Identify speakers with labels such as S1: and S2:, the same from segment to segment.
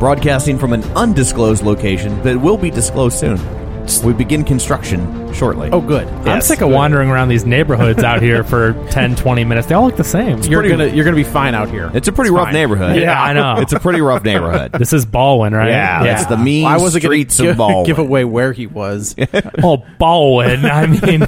S1: broadcasting from an undisclosed location that will be disclosed soon. We begin construction shortly.
S2: Oh, good. I'm
S1: Yes,
S2: sick of
S1: good.
S2: wandering around these neighborhoods out here for 10, 20 minutes. They all look the same.
S3: You're gonna you're gonna be fine out here.
S1: It's a pretty rough
S3: fine.
S1: neighborhood.
S2: Yeah, I know.
S1: It's a pretty rough neighborhood.
S2: this is Baldwin, right?
S1: Yeah, it's the mean
S3: I wasn't gonna
S1: streets
S3: gi-
S1: of Baldwin.
S3: Give away where he was.
S2: Oh, Baldwin. I mean,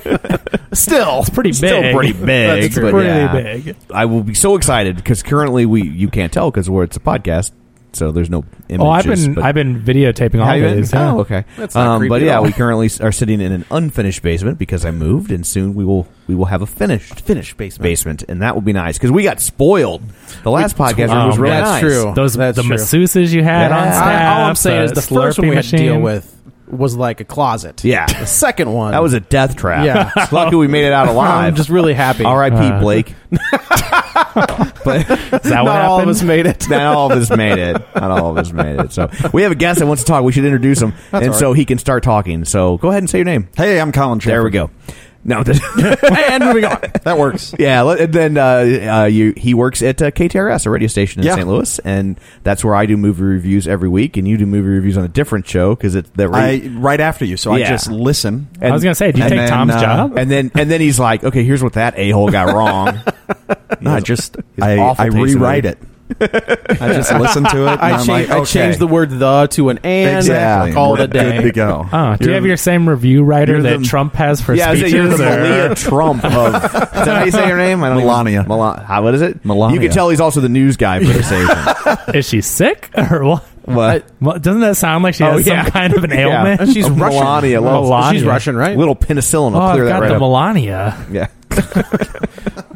S1: Still, it's
S2: pretty
S1: Still
S2: big.
S1: pretty big.
S2: That's
S1: but
S2: pretty
S1: yeah.
S2: big.
S1: I will be so excited because currently we you can't tell because we're it's a podcast, so there's no images.
S2: oh, I've been
S1: but-
S2: I've been videotaping all
S1: Have you been?
S2: these. yeah.
S1: Oh, okay.
S3: That's not creepy
S1: but
S3: at
S1: yeah,
S3: all.
S1: we currently s- are sitting in an unfinished basement because I moved, and soon we will we will have a finished
S3: Finished basement.
S1: basement, and that will be nice because we got spoiled. The last podcast
S2: Oh,
S1: was really
S2: man.
S1: nice.
S3: That's true.
S2: Those
S3: That's
S2: the
S3: true.
S2: masseuses you had
S1: Yeah.
S2: on
S3: I,
S2: staff.
S3: all I'm saying is the first
S2: Slurpee
S3: one we had to
S2: machine.
S3: deal with was like a closet.
S1: Yeah.
S3: The second one.
S1: That was a death trap.
S3: Yeah.
S1: It's lucky we made it out alive.
S3: I'm just really happy.
S1: R.I.P. Blake. but
S2: Is that
S3: Not
S2: what
S3: all of
S2: happened?
S3: us made it.
S1: not all of us made it. Not all of us made it. So we have a guest that wants to talk. We should introduce him, and so he can start talking. So go ahead and say your name.
S4: Hey, I'm Colin.
S1: There we go. No, and moving on.
S4: That works.
S1: Yeah, le- and then uh, uh, you, he works at uh, KTRS, a radio station in
S4: Yeah.
S1: St. Louis, and that's where I do movie reviews every week, and you do movie reviews on a different show because it's that.
S4: I right after you, so
S1: Yeah.
S4: I just listen.
S1: and,
S2: I was gonna say, do you
S4: and
S2: take
S4: then,
S2: Tom's
S4: uh,
S2: job?
S1: and then and then he's like, okay, here's what that a hole got wrong.
S4: No, I just
S1: It's
S4: I,
S1: awful
S4: I
S1: taste in
S4: rewrite it. I just listen to it. And
S3: I,
S4: I,
S3: changed,
S4: am like,
S3: I
S4: okay.
S3: changed the word the to an and.
S4: exactly.
S3: Call
S4: We're
S3: it a day.
S4: Good to go.
S2: Oh, do you
S4: You're-
S2: have your same review writer
S1: you're
S2: that
S1: the-
S2: Trump has for
S1: yeah, I was
S2: speeches?
S1: saying, you're the
S2: or-
S1: Melania Trump of. Is that how you say her name? I don't even-
S4: Melania.
S1: Mela- how, what is it?
S4: Melania.
S1: You can tell he's also the news guy for the station.
S2: Is she sick or what?
S1: What?
S2: Well, doesn't that sound like she
S1: Oh,
S2: has
S1: yeah.
S2: some kind of an
S1: Yeah.
S2: ailment?
S3: She's
S1: Of
S3: Russian.
S1: Melania. Well,
S2: Melania.
S3: She's Russian, right?
S1: Little penicillin will
S2: Oh, I've
S1: clear that
S2: got
S1: right
S2: the
S1: up.
S2: Melania.
S1: yeah.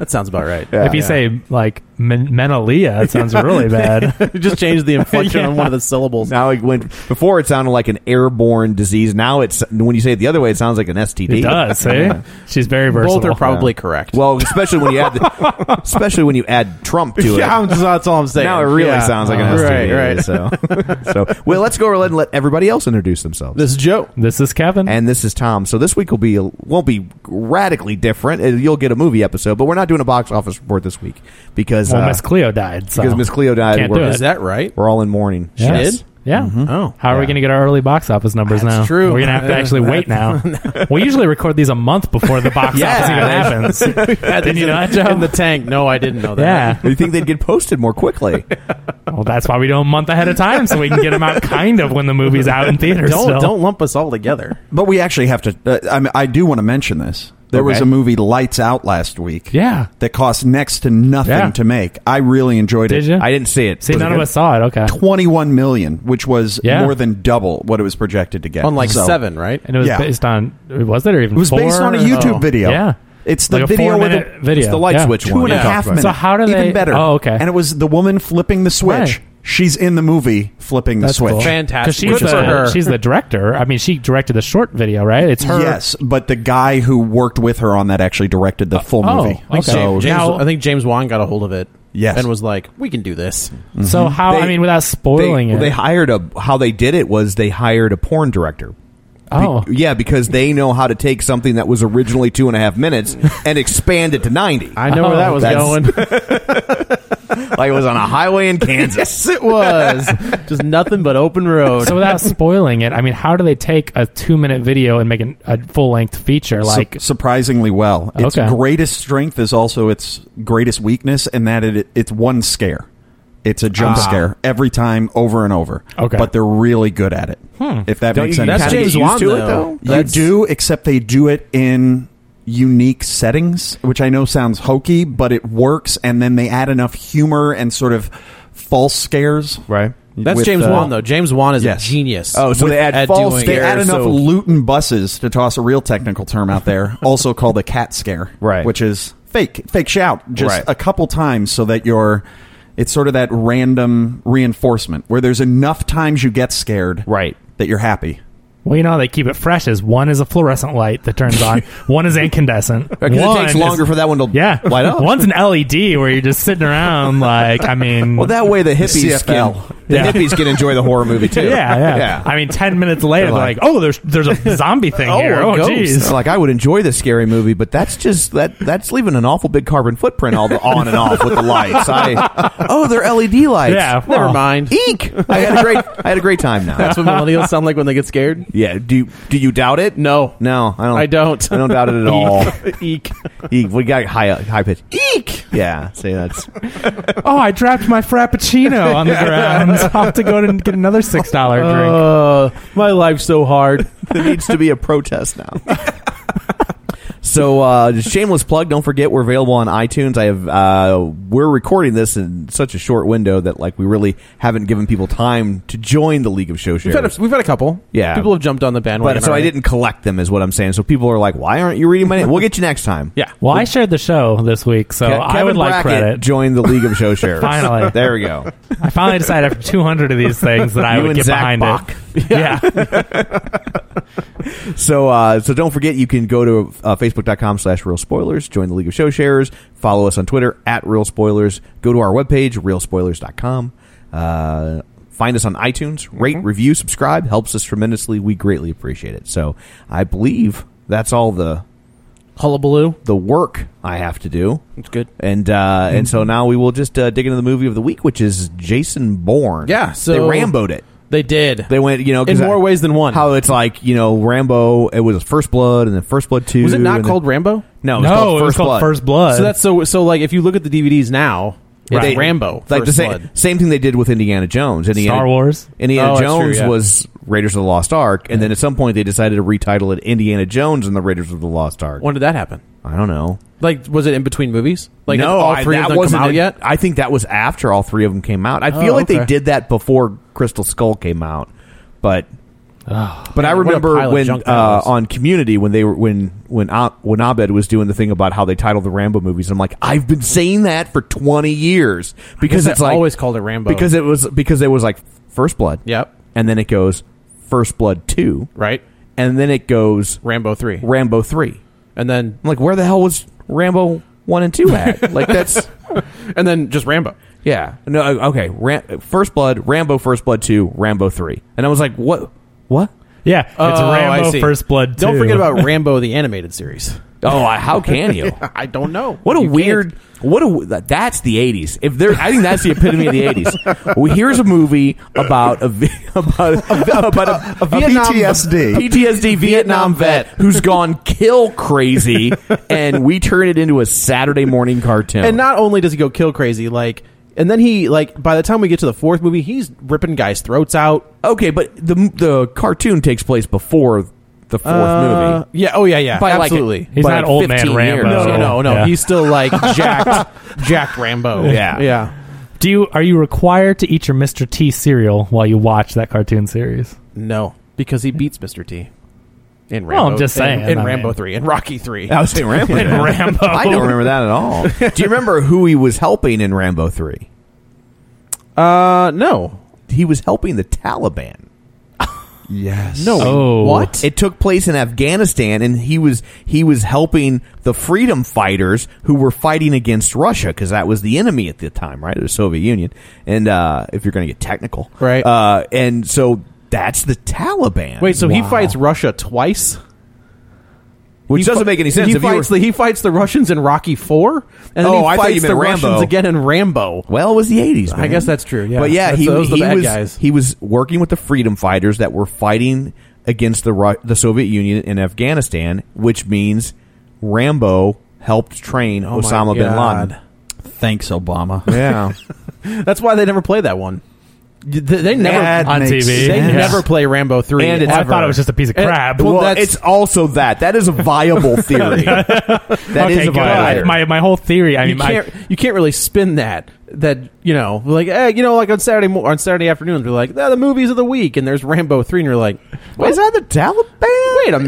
S3: That sounds about right.
S1: Yeah.
S2: If you say like Men- Menalia, it sounds really bad.
S3: Just change the inflection
S2: Yeah.
S3: on one of the syllables.
S1: Now it went before it sounded like an airborne disease. Now it's when you say it the other way, it sounds like an STD.
S2: It does. See, she's very versatile.
S3: E. Both are probably correct.
S1: Well, especially when you add, the, especially when you add Trump to it.
S3: yeah, I'm just- that's all I'm saying.
S1: now it really
S3: Yeah.
S1: sounds like an STD.
S3: Right, right.
S1: So, so well, let's go ahead and let everybody else introduce themselves.
S3: This is Joe.
S2: This is Kevin.
S1: and this is Tom. So this week will be won't be radically different. Uh, You'll get a movie episode, but we're not doing a box office report this week because
S2: well,
S1: uh,
S2: Miss Cleo died. So.
S1: because Miss Cleo died.
S2: Can't
S1: we're,
S2: do it.
S3: Is that right?
S1: we're all in mourning.
S2: yeah.
S3: She did?
S2: Yeah.
S3: Oh.
S2: How are we
S1: Yeah.
S2: going to get our early box office numbers
S3: That's
S2: now?
S3: true.
S2: We're going to have to actually wait now. we usually record these a month before the box
S1: Yeah.
S2: office even happens. Didn't you know that, Joe?
S3: In the tank. No, I didn't know that.
S2: yeah.
S1: You think they'd get posted more quickly?
S2: Well, that's why we do 'em a month ahead of time so we can get them out kind of when the movie's out in theaters.
S3: Don't
S2: still.
S3: don't lump us all together.
S4: But we actually have to. Uh, I mean, I do want to mention this. There was
S1: Okay.
S4: a movie, Lights Out, last week.
S2: Yeah.
S4: That cost next to nothing
S2: Yeah.
S4: to make. I really enjoyed
S2: Did
S4: it.
S2: you?
S1: I didn't see it.
S2: See,
S1: Was it
S2: none of
S1: good?
S2: us saw it. Okay.
S4: 21 million, which was
S2: Yeah.
S4: more than double what it was projected to get.
S3: On like
S4: So-
S3: seven, right?
S2: And it was
S4: Yeah.
S2: based on was it or even
S4: It was based
S2: four?
S4: on a YouTube
S2: Oh.
S4: video.
S2: Yeah,
S4: It's the
S2: Like a
S4: video with
S2: four-minute
S4: the-
S2: video.
S1: It's the light
S2: yeah.
S1: switch
S4: Two
S1: one.
S4: and a
S1: you
S4: half
S1: talked
S4: minutes.
S1: about.
S2: So how do they-
S4: Even better.
S2: Oh, okay.
S4: And it was the woman flipping the switch.
S2: Right.
S4: She's in the movie flipping
S2: That's
S4: the switch.
S2: cool.
S3: Fantastic.
S2: 'Cause She's
S3: Good for
S2: the,
S3: her.
S2: she's the director. I mean, she directed the short video, right? It's her.
S4: Yes, but the guy who worked with her on that actually directed the full
S2: Oh,
S4: movie.
S2: okay.
S4: So
S3: James,
S2: Now-
S3: I think James Wan got a hold of it.
S1: Yes.
S3: and was like, "We can do this."
S2: So
S4: Mm-hmm.
S2: how?
S3: They-
S2: I mean, without spoiling
S3: they-
S2: it,
S4: They hired a how they did it was they hired a porn director.
S2: Oh.
S4: Be- yeah, because they know how to take something that was originally two and a half minutes and expand it to ninety.
S3: I know where
S4: Oh,
S3: that was going.
S4: like it was on a highway in Kansas.
S3: yes, it was just nothing but open road.
S2: so without spoiling it, I mean, how do they take a two-minute video and make an, a full-length feature? Like,
S1: Su- surprisingly well. Its
S2: Okay.
S1: greatest strength is also its greatest weakness, and that it it's one scare. It's a jump
S2: Ah.
S1: scare every time, over and over.
S2: Okay.
S1: but they're really good at it. If that
S4: Hmm. Don't
S1: makes
S4: you
S1: any
S4: kinda
S1: sense,
S4: get James used Wan, to it, though. though?
S1: You
S4: That's-
S1: do, except they do it in unique settings, which I know sounds hokey, but it works. And then they add enough humor and sort of false scares.
S4: Right.
S3: That's
S1: with,
S3: James
S1: uh,
S3: Wan though. James Wan is
S1: Yes.
S3: a genius.
S4: Oh, so
S3: with-
S4: they add
S3: at
S4: false
S3: doing-
S1: They add
S4: scares,
S1: enough
S4: so-
S1: loot and buses to toss a real technical term out there, also called a cat scare,
S4: Right.
S1: Which is fake, fake shout, just
S4: Right.
S1: a couple times, so that you're. It's sort of that random reinforcement where there's enough times you get scared,
S4: Right.
S1: that you're happy.
S2: well, you know, how they keep it fresh. Is one is a fluorescent light that turns on, one is incandescent.
S4: Because it takes
S2: one
S4: longer
S2: is-
S4: for that one to
S2: yeah,
S4: light up.
S2: one's an LED where you're just sitting around. Like, I mean,
S4: Well, that way the hippies
S1: CFL.
S4: can the
S2: Yeah.
S4: hippies can enjoy the horror movie too.
S2: yeah, yeah, I mean, ten minutes later, they're like,
S4: like-
S2: "Oh, there's there's a zombie thing here. Oh, jeez."
S4: Like I would enjoy the scary movie, but that's just that that's leaving an awful big carbon footprint all the on and off with the lights. I oh, they're LED lights.
S2: Yeah,
S4: never
S2: well.
S4: mind.
S3: mind.
S4: Eek! I had a great I had a great time now.
S3: That's what millennials sound like when they get scared.
S4: yeah. Do you, do you doubt it?
S3: No.
S4: no, I don't.
S3: I don't.
S4: I don't doubt it at all.
S3: Eek.
S4: Eek. We got high high pitch. Eek. Yeah. See, that's
S2: oh, I dropped my frappuccino on the ground. I'll have to go and get another six dollar drink.
S3: Uh, my life's so hard.
S4: there needs to be a protest now. so uh, just shameless plug. Don't forget we're available on iTunes. I have uh, we're recording this in such a short window that like we really haven't given people time to join the League of Show
S3: We've
S4: Shares.
S3: had, a, we've had a couple.
S4: Yeah.
S3: people have jumped on the bandwagon.
S4: but so I
S3: already.
S4: didn't collect them is what I'm saying. So people are like, why aren't you reading my name? We'll get you next time.
S3: Yeah.
S2: Well, I shared the show this week, so
S4: Ke-
S2: Oh, I would like
S4: Brackett
S2: credit.
S4: Joined the League of Show Shares.
S2: Finally.
S4: there we go.
S2: I finally decided after 200 of these things that I
S4: You
S2: would
S4: and
S2: get
S4: Zach
S2: behind
S4: Bach.
S2: it. Yeah.
S4: So, uh, so don't forget you can go to uh, facebook.com slash real spoilers, join the League of Show Sharers, follow us on Twitter at real spoilers, go to our webpage, realspoilers.com. Uh, find us on iTunes, rate,
S2: Mm-hmm.
S4: review, subscribe, helps us tremendously. We greatly appreciate it. So, I believe that's all the
S3: hullabaloo.
S4: the work I have to do.
S3: It's good.
S4: And uh,
S2: Mm-hmm.
S4: and so now we will just uh, dig into the movie of the week, which is Jason Bourne.
S3: Yeah, so-
S4: they ramboed it.
S3: They did.
S4: They went, you know, 'cause
S3: In more ways than one.
S4: How it's like, you know, Rambo. It was First Blood, and then First Blood Two.
S3: was it not
S4: and
S3: called Rambo?
S4: Then, no, it was
S2: no,
S4: called
S2: it was
S4: First
S2: called
S4: Blood.
S2: First Blood.
S3: so that's so so. Like if you look at the DVDs now, it's
S4: They-
S3: Rambo.
S4: like
S3: First
S4: the same
S3: Blood.
S4: same thing they did with Indiana Jones. Indiana,
S2: Star Wars.
S4: Indiana
S3: Oh, that's true,
S4: Jones
S3: yeah.
S4: was Raiders of the Lost Ark, and then at some point they decided to retitle it Indiana Jones and the Raiders of the Lost Ark.
S3: When did that happen?
S4: I don't know.
S3: Like was it in between movies? Like
S4: no,
S3: all
S4: I-
S3: three
S4: that
S3: of them come
S4: wasn't
S3: out
S4: in-
S3: yet?
S4: I think that was after all three of them came out. I
S3: Oh,
S4: feel like they
S3: okay.
S4: did that before Crystal Skull came out, but but I
S3: man, what a pile
S4: remember
S3: of
S4: when
S3: junk that
S4: uh,
S3: was.
S4: on Community when they were when when Ab- when Abed was doing the thing about how they titled the Rambo movies. I'm like, I've been saying that for 20 years because
S3: guess
S4: it's
S3: I
S4: like
S3: always called it Rambo.
S4: because it was because it was like First Blood.
S3: Yep.
S4: and then it goes First Blood two,
S3: Right.
S4: and then it goes
S3: Rambo three,
S4: Rambo three.
S3: and then
S4: I'm like, where the hell was Rambo one and two at? like that's.
S3: and then just Rambo.
S4: Yeah. No. uh, Okay. Ram- First Blood, Rambo, First Blood Two, Rambo Three, and I was like, what? What?
S2: yeah, it's
S3: Oh, I
S2: Rambo
S3: see.
S2: First Blood 2.
S3: Don't forget about Rambo the animated series.
S4: Oh, I, how can you?
S3: I don't know.
S4: What a
S3: You can't.
S4: weird. What a that- that's the '80s. If there, I think that's the epitome of the '80s. Well, here's a movie about a vi- about a, about a, a Vietnam
S1: PTSD.
S4: PTSD Vietnam vet who's gone kill crazy, and we turn it into a Saturday morning cartoon.
S3: And not only does he go kill crazy, like, and then he like by the time we get to the fourth movie, he's ripping guys' throats out.
S4: okay, but the the cartourn takes place before the fourth
S3: Uh,
S4: movie.
S3: yeah. Oh yeah. Yeah.
S4: By like
S3: absolutely.
S4: a-
S2: He's
S4: by
S2: not
S4: like
S2: old man
S4: 15
S2: Rambo.
S4: years.
S3: no, no, no, no.
S2: Yeah.
S3: He's still like jacked, jacked Rambo.
S4: Yeah.
S3: Yeah.
S2: Do you are you required to eat your Mr. T cereal while you watch that cartoon series?
S3: No, because he beats Mr. T. In
S2: Well,
S3: Rambo,
S2: I'm just saying,
S3: In, in
S2: I
S3: Rambo
S2: mean-
S3: three, in Rocky three.
S4: I was saying Rambo.
S2: In Rambo.
S4: I don't remember that at all. Do you remember who he was helping in Rambo 3?
S3: Uh, no.
S4: He was helping the Taliban.
S1: Yes.
S4: No.
S3: Oh.
S4: What? It took place in Afghanistan, and he was he was helping the freedom fighters who were fighting against Russia because that was the enemy at the time, right? It was Soviet Union, and uh, if you're going to get technical,
S3: Right.
S4: Uh, and so that's the Taliban.
S3: Wait, so he
S4: Wow.
S3: fights Russia twice?
S4: which
S3: He
S4: doesn't
S3: fi-
S4: make any sense.
S3: He
S4: if you were-
S3: fights, the, he fights the Russians in Rocky Four, and then
S4: Oh,
S3: he
S4: I
S3: fights
S4: thought you
S3: the
S4: meant Rambo.
S3: Russians again in Rambo.
S4: Well, it was the '80s.
S3: I
S4: man.
S3: guess that's true, yeah.
S4: but yeah,
S3: That's-
S4: he,
S3: those are the
S4: he
S3: bad
S4: was
S3: guys.
S4: he was working with the freedom fighters that were fighting against the Ru- the Soviet Union in Afghanistan, which means Rambo helped train
S3: Oh my
S4: Osama bin
S3: God.
S4: Laden.
S1: Thanks, Obama.
S4: Yeah,
S3: That's why they never play that one. They, they never
S1: That
S2: On
S1: makes
S2: TV.
S3: They
S1: sense.
S2: Yeah.
S3: never play Rambo three.
S4: And it's-
S3: ever.
S2: I thought it was just a piece of
S3: And-
S2: crap.
S3: well,
S4: well,
S3: that's-
S4: it's also that. That is a viable theory. That is
S2: okay,
S4: a
S2: good.
S4: viable theory.
S2: My my whole theory. I
S3: you
S2: mean, my,
S3: can't you can't really spin that that you know like eh, you know like on Saturday mo- on Saturday afternoons we're like "Ah, the movies of the week and there's Rambo three and you're like
S4: Is that the Taliban?
S3: Wait a
S4: Is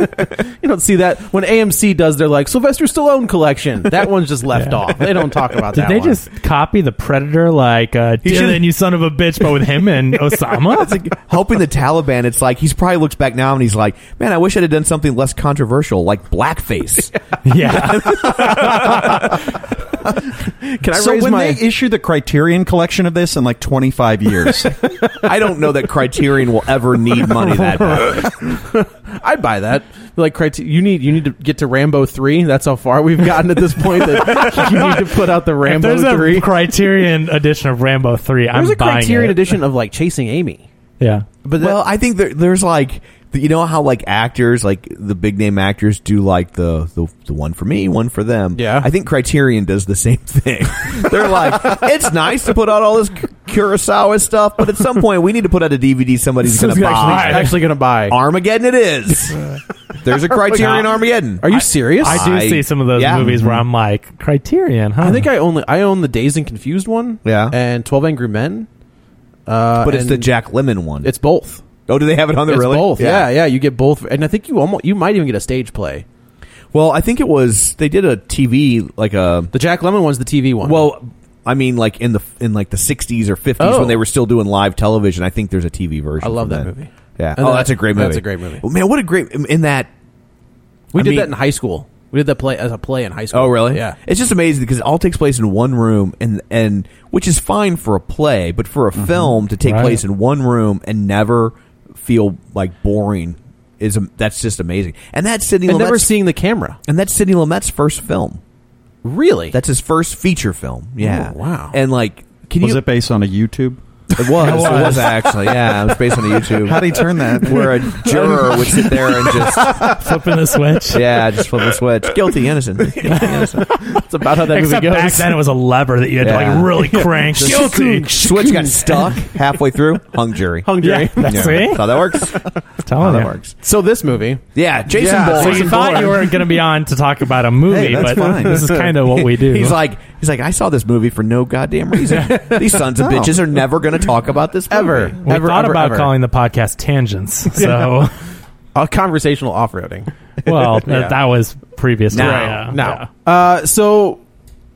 S3: minute. you don't see that when AMC does their like Sylvester Stallone collection. That one's just left off. They don't talk about
S2: did
S3: that.
S2: they
S3: one.
S2: just copy the Predator like uh, Dylan, you son of a bitch, but with him and Osama?
S4: helping the Taliban, it's like he's probably looks back now and he's like, "Man, I wish I'd have done something less controversial, like blackface."
S2: yeah.
S3: can I
S1: so
S3: raise
S1: when
S3: my?
S1: they issue the Criterion collection of this in like 25 years,
S4: I don't know that Criterion will ever need money that bad.
S3: I'd buy that. Like criteria, you need you need to get to Rambo three. That's how far we've gotten at this point. That you need to put out the
S2: If
S3: Rambo
S2: there's a
S3: three.
S2: Criterion edition of Rambo 3, I'm
S3: there's a
S2: buying
S3: Criterion
S2: it.
S3: edition of like Chasing Amy.
S2: Yeah.
S3: But that-
S4: well, I think there, there's like you know how like actors, like the big name actors, do like the, the the one for me, one for them.
S3: Yeah.
S4: I think Criterion does the same thing. They're like, it's nice to put out all this Kurosawa stuff, but at some point we need to put out a DVD somebody's going to
S3: Someone's gonna
S4: buy.
S3: actually, actually going to buy.
S4: Armageddon, it is. There's a Criterion Armageddon.
S3: Are you serious?
S2: I do
S4: I-
S2: see some of those
S4: yeah.
S2: movies where I'm like, Criterion, huh?
S3: I think I only I own the Dazed and Confused one.
S4: Yeah.
S3: and Twelve Angry Men. Uh,
S4: But it's
S3: and
S4: the Jack Lemon one.
S3: It's both.
S4: oh, do they have it on there?
S3: It's
S4: really?
S3: both. Yeah. yeah, You get both, and I think you almost you might even get a stage play.
S4: Well, I think it was they did a TV like a
S3: The Jack Lemon one's the TV one.
S4: well, I mean like in the in like the sixties or fifties
S3: Oh.
S4: when they were still doing live television. I think there's a TV version.
S3: I love
S4: from
S3: that movie.
S4: Yeah.
S3: And
S4: oh,
S3: that-
S4: that's a great movie.
S3: that's a great movie.
S4: Oh, man, what a great in that.
S3: we
S4: I
S3: did
S4: mean-
S3: that in high school. We did that play as a play in high school.
S4: Oh, really?
S3: Yeah.
S4: It's just amazing because it all takes place in one room, and and which is fine for a play, but for a
S3: Mm-hmm.
S4: film to take
S2: Right.
S4: place in one room and never feel like boring is am- that's just amazing. And that's Sidney
S3: and never
S4: Lumet's
S3: seeing the camera.
S4: and that's Sidney Lumet's first film.
S3: Really?
S4: That's his first feature film. Yeah.
S3: Oh, wow.
S4: And like, can
S1: was
S4: you?
S1: it based on a YouTube?
S4: It was. it was. actually. Yeah. It was based on the YouTube.
S1: How do you turn that?
S4: Where a juror would sit there and just,
S2: Flipping the switch.
S4: yeah, just flip a switch. Guilty, innocent. Guilty, innocent.
S3: That's about how that
S2: Except
S3: movie goes.
S2: back then it was a lever that you had to
S4: Yeah.
S2: like really crank. Guilty.
S4: Switch got stuck halfway through. Hung jury.
S3: Hung jury.
S2: That's
S4: Yeah.
S2: it.
S4: That's how that works.
S2: Telling
S4: how that
S2: you.
S4: works.
S3: So this movie,
S4: Yeah. Jason
S1: Yeah.
S4: Bourne.
S2: Oh, So you thought you were going to be on to talk about a movie,
S1: Hey, that's
S2: but
S1: fine.
S2: this is kind of what we do.
S4: He's like, he's like, I saw this movie for no goddamn reason. These sons of
S1: Oh.
S4: bitches are never going to talk about this movie.
S3: Ever.
S2: we
S3: ever,
S2: thought
S3: ever,
S2: about
S3: ever.
S2: calling the podcast tangents. So,
S3: a conversational off-roading.
S2: well, th-
S3: Yeah.
S2: that was previous. to-
S3: Now,
S2: yeah,
S3: now. Uh, so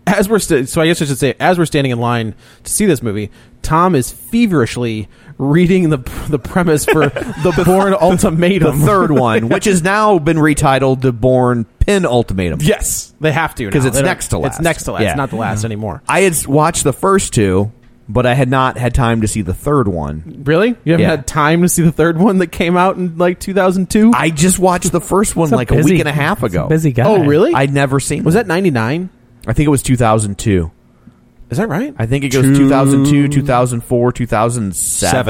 S3: as we're st- so I guess I should say as we're standing in line to see this movie, Tom is feverishly reading the the premise for the Bourne
S4: The
S3: Ultimatum,
S4: third one, which has now been retitled the Bourne Pin Ultimatum.
S3: Yes, they have to
S4: 'Cause
S3: now.
S4: it's
S3: They don't-
S4: next to last.
S3: It's next to last,
S4: Yeah. Mm-hmm.
S3: not the last anymore.
S4: I had s- watched the first two, but I had not had time to see the third one.
S3: Really? You haven't
S4: Yeah.
S3: had time to see the third one that came out in like 2002?
S4: I just watched the first one
S2: It's
S4: like a
S2: busy-
S4: week and a half
S2: it's
S4: ago.
S2: busy guy.
S3: Oh, really?
S4: I'd never seen.
S3: was
S4: it.
S3: that 99?
S4: I think it was 2002.
S3: Is that right?
S4: I think it goes
S1: Two-
S4: 2002, 2004, 2007.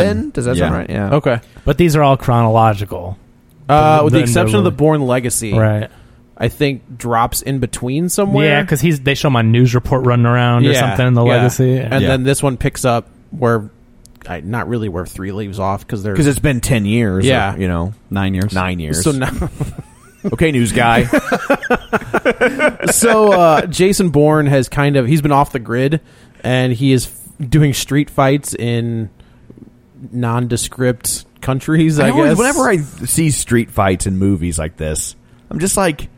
S1: Seven.
S4: Does that
S1: Yeah.
S4: sound right? Yeah.
S3: okay.
S2: But these are all chronological.
S3: Uh, with the
S2: Then
S3: exception of the
S2: they're-
S3: Born Legacy,
S2: Right.
S3: I think drops in between somewhere.
S2: Yeah, because he's they show him on news report running around or
S3: Yeah,
S2: something in the
S3: yeah.
S2: legacy.
S3: and
S1: Yeah.
S3: then this one picks up where, I, not really where three leaves off because they're
S4: Because it's been 10 years. or,
S3: Yeah.
S4: you know,
S1: Nine years.
S4: nine years.
S3: so now,
S4: okay, news guy.
S3: so uh, Jason Bourne has kind of he's been off the grid and he is f- doing street fights in nondescript countries. I,
S4: I always-
S3: guess
S4: Whenever I see street fights in movies like this, I'm just like,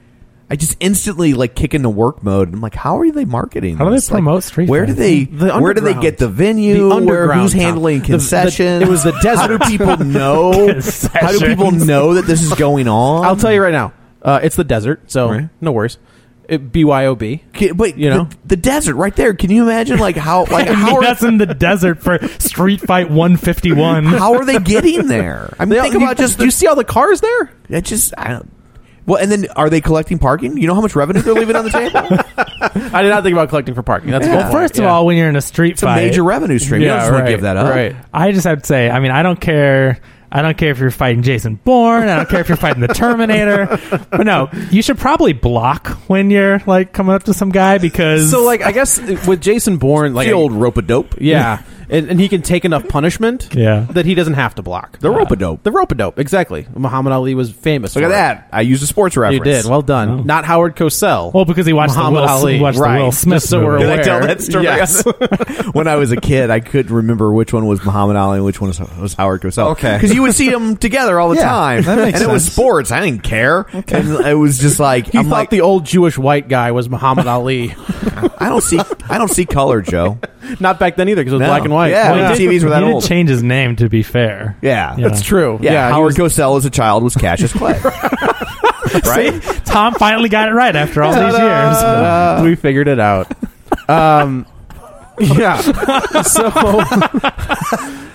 S4: I just instantly like kick into work mode. I'm like, how are they marketing?
S2: How do they
S4: this? Like,
S2: promote Street
S4: Where do
S2: Fighter?
S4: they?
S2: The
S4: where do they
S2: underground.
S4: get the venue?
S2: The
S4: where
S2: underground,
S4: who's
S2: Tom.
S4: handling
S2: The- the-
S4: concessions?
S2: it was the
S4: How do
S2: desert.
S4: people know? how do people
S3: Concessions.
S4: know that this is going on?
S3: I'll tell you right now, uh, it's the desert, so no worries. It, BYOB.
S4: Wait,
S3: you know
S4: the, the desert right there. Can you imagine like how like
S2: Like,
S4: how are,
S2: that's in the desert for Street Fight 151.
S4: how are they getting there? I mean,
S3: They-
S4: think
S3: you-
S4: about just
S3: do you see all the cars there?
S4: That just I don't. Well, and then are they collecting parking? You know how much revenue they're leaving on the table?
S3: I did not think about collecting for parking. That's a
S2: Well,
S3: good
S2: first
S3: point,
S2: of
S3: yeah.
S2: all, when you're in a street
S4: It's a
S2: fight,
S4: major revenue stream. you don't just want to give that up.
S3: Right.
S2: I just have to say, I mean, I don't care. I don't care if you're fighting Jason Bourne. I don't care if you're fighting the Terminator. But no, you should probably block when you're like coming up to some guy because
S3: So, like, I guess with Jason Bourne, like,
S4: the old rope a dope.
S3: yeah, and, and he can take enough punishment,
S2: Yeah.
S3: that he doesn't have to block
S4: The
S3: Uh,
S4: rope-a-dope.
S3: The rope a dope, exactly. Muhammad Ali was famous.
S4: Look
S3: for
S4: at
S3: it.
S4: that. I used a sports reference.
S3: You did well done. Not Howard Cosell.
S2: Oh. well because he watched
S3: Muhammad
S2: the Will,
S3: Ali,
S2: he watched
S3: right.
S2: the Will Smith.
S3: Just so we're
S2: movie.
S3: aware.
S4: Did I tell that story?
S3: Yes.
S4: when I was a kid, I couldn't remember which one was Muhammad Ali and which one was, was Howard Cosell.
S1: Okay.
S4: because you would see them together all the
S1: Yeah,
S4: time.
S1: that makes
S4: and it was
S1: sense.
S4: sports. I didn't care. And it was just like
S3: He
S4: I'm
S3: thought
S4: like
S3: the old Jewish white guy was Muhammad Ali.
S4: I don't see I don't see color, Joe.
S3: Not back then either, because it was
S4: No.
S3: black and white.
S4: Yeah,
S2: Well,
S4: when
S2: he did-
S4: TVs were that
S2: he did
S4: old.
S2: change his name to be fair.
S4: Yeah,
S2: Yeah. That's
S3: true.
S4: Yeah,
S3: Yeah, he
S4: Howard Cosell as a child was Cassius Clay. right?
S2: Tom finally got it right after all these years.
S3: Uh, we figured it out. Um, yeah. so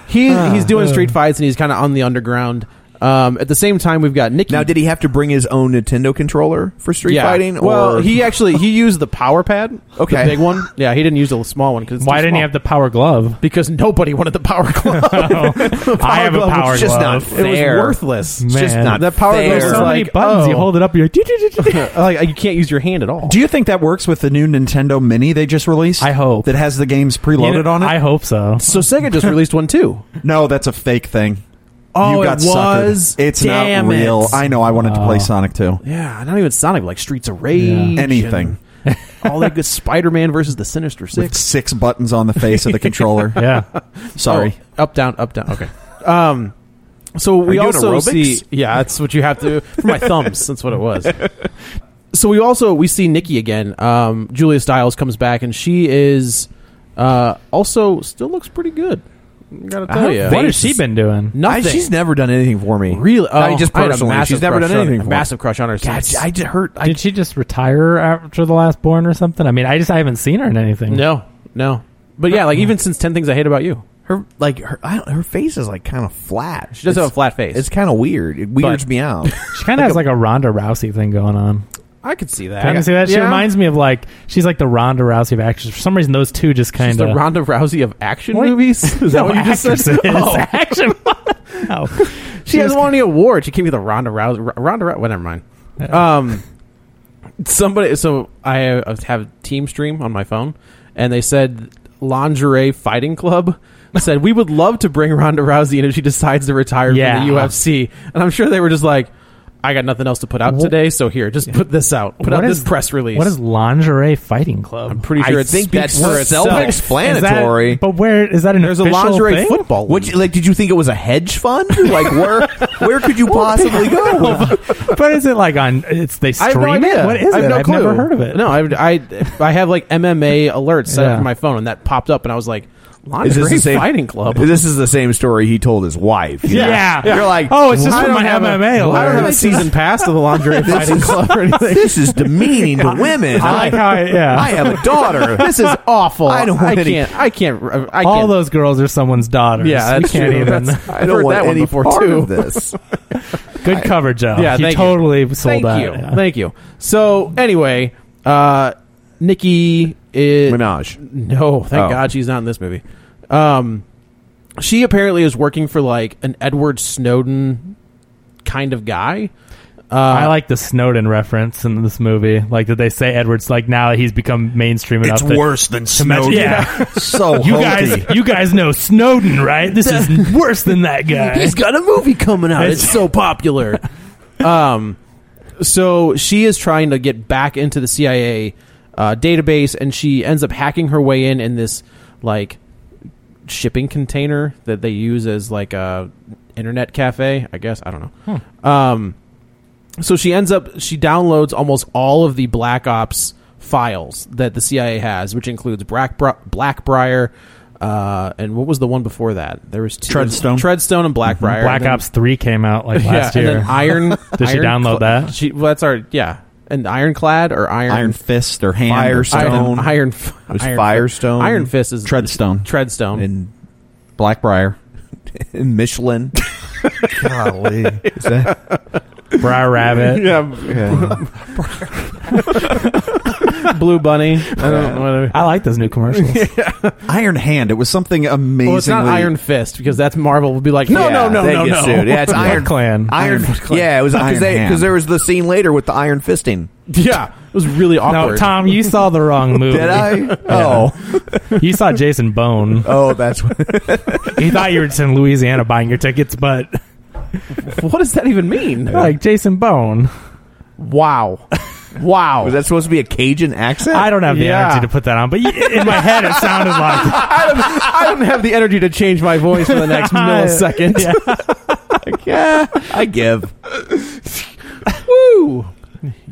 S3: he he's doing street fights and he's kind of on the underground. Um, at the same time, we've got Nikki.
S4: Now, did he have to bring his own Nintendo controller for street
S3: Yeah.
S4: fighting? Or
S3: Well, he actually he used the power pad.
S4: Okay.
S3: the big one. Yeah, he didn't use the small one because
S2: Why didn't he have the power glove?
S3: Because nobody wanted the power glove. The
S2: I have a
S3: glove was
S2: power
S3: just
S2: glove.
S3: not fair. It was worthless.
S4: It's just
S2: Man.
S4: not
S3: That power
S4: fair.
S3: glove
S2: There's
S3: was
S2: so many
S3: like,
S2: buttons. You
S3: oh.
S2: hold it up. You're like,
S3: like you can't use your hand at all.
S1: Do you think that works with the new Nintendo Mini they just released?
S2: I hope.
S1: that has the games preloaded
S2: You know,
S1: on it.
S2: I hope so.
S3: so Sega just released one too.
S1: no, that's a fake thing.
S3: Oh,
S1: you got
S3: it was?
S1: suckered. It's
S3: Damn
S1: not real.
S3: it. Oh.
S1: I know. I wanted to play Sonic too.
S3: Yeah, not even Sonic, but like Streets of Rage,
S1: Anything.
S3: and all that good Spider Man versus the Sinister
S1: With
S3: Six.
S1: six buttons on the face of the controller.
S2: Yeah.
S1: Sorry.
S3: Oh, up down, up down. Okay. Um, so we
S4: you doing
S3: also
S4: aerobics?
S3: see, yeah, that's what you have to for my thumbs. That's what it was. So we also we see Nikki again. Um, Julia Stiles comes back, and she is uh, also still looks pretty good. I gotta tell you,
S2: What has she been doing?
S4: I,
S3: Nothing.
S4: she's never done anything for me.
S3: really. Oh,
S4: I just
S3: I had a
S4: personally,
S3: massive
S4: she's never
S3: crush
S4: done
S3: on-
S4: anything.
S3: a
S4: for
S3: Massive crush on her.
S4: me. God,
S3: since-
S4: I just hurt. I,
S2: Did she just retire after the last born or something? I mean, I just I haven't seen her in anything.
S3: no, no. But yeah, like even since Ten Things I Hate About You,
S4: her like her, I don't, her face is like kind of flat.
S3: she does
S4: It's-
S3: have a flat face.
S4: It's kind of weird. It weirds
S3: But-
S4: me out.
S2: She kind of has like a Ronda Rousey thing going on.
S3: I could see that.
S2: Kind of see that? She
S3: Yeah.
S2: reminds me of like she's like the Ronda Rousey of actors. For some reason, those two just
S3: She's
S2: kind
S3: the
S2: of
S3: Ronda Rousey of action
S2: What?
S3: movies. Is that what you just said? Oh.
S2: action. no.
S3: She hasn't won any awards. She gave me the Ronda Rousey. Ro- Ronda Rousey. Well, never mind. Um, somebody. So I uh, have Team Stream on my phone, and they said lingerie fighting club said we would love to bring Ronda Rousey in if she decides to retire
S2: Yeah.
S3: from the UFC. And I'm sure they were just like, I got nothing else to put out
S2: Wh-
S3: today, so here, just put this out. Put out
S2: What
S3: this
S2: is-
S3: press release.
S2: What is lingerie fighting club?
S3: I'm pretty sure
S4: I
S3: it
S4: think
S3: speaks
S4: that's
S3: for itself.
S2: Is that-
S4: self-explanatory.
S2: but where is that an
S3: There's a
S2: official
S3: lingerie
S2: thing?
S3: football.
S4: What you, like? Did you think it was a hedge fund? Like where where could you possibly go?
S2: but is it like on? It's they
S3: I
S2: stream
S3: have no
S2: it.
S3: idea.
S2: What is
S3: I have
S2: it?
S3: no
S2: I've
S3: clue.
S2: never heard of it.
S3: No, I, I, I have like MMA alerts set
S2: Yeah.
S3: up for my phone, and that popped up, and I was like,
S4: Is
S3: "Lingerie fighting club."
S4: This is the same story he told his wife. you know?
S2: Yeah. Yeah.
S4: you're like,
S2: Oh, it's just
S4: I
S2: for
S4: don't
S2: my
S4: have a-
S2: MMA
S4: I don't
S2: alert.
S4: have a
S3: a season pass to the lingerie fighting club or anything.
S4: This is demeaning to women.
S2: I like how it- yeah.
S4: I have a daughter.
S3: This is awful.
S4: I don't want
S3: I
S4: any-
S3: can't. I can't. I can't.
S2: all those girls are someone's daughters.
S3: Yeah,
S2: we
S3: that's
S2: can't
S3: true.
S2: even.
S3: That's-
S4: I
S3: I've
S4: don't
S3: heard
S4: want
S3: that one
S4: any
S3: before,
S4: part
S3: too.
S4: of this.
S2: Good cover, Joe.
S3: Yeah,
S2: you
S3: thank
S2: totally
S3: you.
S2: sold
S3: thank
S2: out.
S3: You.
S2: Yeah.
S3: Thank you. So anyway, uh, Nikki is
S4: Minaj.
S3: No, thank
S4: Oh.
S3: God she's not in this movie. Um, she apparently is working for like an Edward Snowden kind of guy. Uh,
S2: I like the Snowden reference in this movie. Like, did they say Edwards? Like, now that he's become mainstream enough. that-
S1: than
S2: to match- Yeah,
S1: so
S2: you
S1: hokey.
S2: guys, you guys know Snowden, right? This is worse than that guy.
S3: He's got a movie coming out. It's so popular. um, so she is trying to get back into the CIA uh, database, and she ends up hacking her way in in this like shipping container that Hmm. they use as like a internet cafe. I guess I don't know. Um, so she ends up she downloads almost all of the black ops files that the cia has which includes black blackbriar uh, and what was the one before that? There was two,
S2: Treadstone.
S3: Treadstone, and Blackbriar.
S2: Black
S3: and then-
S2: Ops Three came out like
S3: Yeah,
S2: last
S3: and
S2: year.
S3: then Iron.
S2: Did she
S3: Iron
S2: download
S3: Cla-
S2: that?
S3: She, well, that's our yeah. And Ironclad or Iron
S1: Iron Fist or Hand.
S3: Iron Iron, F-
S1: It was
S3: Iron
S1: Firestone.
S3: Iron Fist is
S1: Treadstone.
S3: Treadstone.
S4: and Blackbriar and Michelin. Golly, is that
S2: Briar Rabbit.
S3: yeah. Blue Bunny. I don't know what
S2: I like those new commercials.
S1: Iron Hand. It was something amazing.
S3: Well, it's not Iron Fist because that's Marvel. Would be like,
S4: No,
S3: yeah,
S4: no, no,
S3: they
S4: no,
S3: get
S4: no.
S3: sued.
S4: Yeah, it's Iron
S2: Clan.
S4: Iron?
S3: Iron Clan.
S4: yeah, it was
S1: Iron
S4: because
S1: Hand.
S4: because there was the scene later with the Iron Fisting.
S3: Yeah, it was really awkward.
S2: No, Tom, you saw the wrong movie.
S4: Did I? Oh,
S2: You saw Jason Bone.
S4: oh, that's what.
S2: You thought you were just in Louisiana buying your tickets, but
S3: What does that even mean? Like,
S2: like Jason Bone.
S3: wow, wow.
S4: Was that supposed to be a Cajun accent?
S2: I don't have the
S3: Yeah.
S2: energy to put that on, but y- in my head it sounded like
S3: I don't, I don't have the energy to change my voice for the next millisecond.
S2: Yeah.
S4: yeah, I give.
S3: Woo!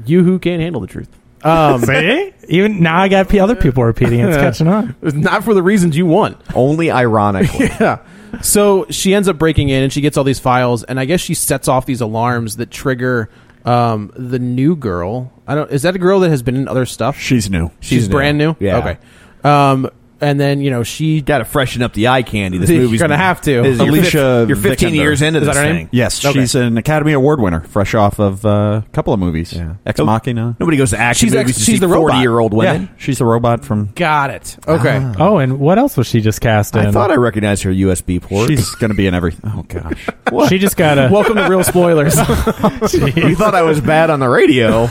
S3: You who can't handle the truth. Um,
S2: See? Even now I got p- other people repeating it. It's
S3: Yeah.
S2: catching on.
S3: not for the reasons you want.
S4: Only ironically.
S3: Yeah. So she ends up breaking in and she gets all these files, and I guess she sets off these alarms that trigger um, the new girl. I don't. Is that a girl that has been in other stuff?
S1: She's new.
S3: She's, brand new.
S4: Yeah.
S3: Okay. Um, and then you know she.
S4: Got to freshen up the eye candy. This
S3: You're
S4: movie's
S3: gonna have to.
S4: This is your
S1: Alicia
S4: fif- You're 15
S1: Vikander.
S4: years into
S3: Is that
S4: this
S3: her name?
S4: thing.
S1: Yes,
S3: Okay.
S1: she's an Academy Award winner, fresh off of uh, a couple of movies. Ex
S4: Nope.
S1: Machina.
S4: Nobody goes to action
S3: She's ex-
S4: movies to
S3: she's
S4: see
S3: the robot.
S4: forty-year-old women.
S1: Yeah, she's the robot from.
S3: Got it. Okay.
S2: Oh, and what else was she just cast in?
S4: I thought I recognized her USB port.
S1: She's going to be in everything. Oh gosh,
S2: she just got a
S3: Welcome to real spoilers.
S4: you thought I was bad on the radio.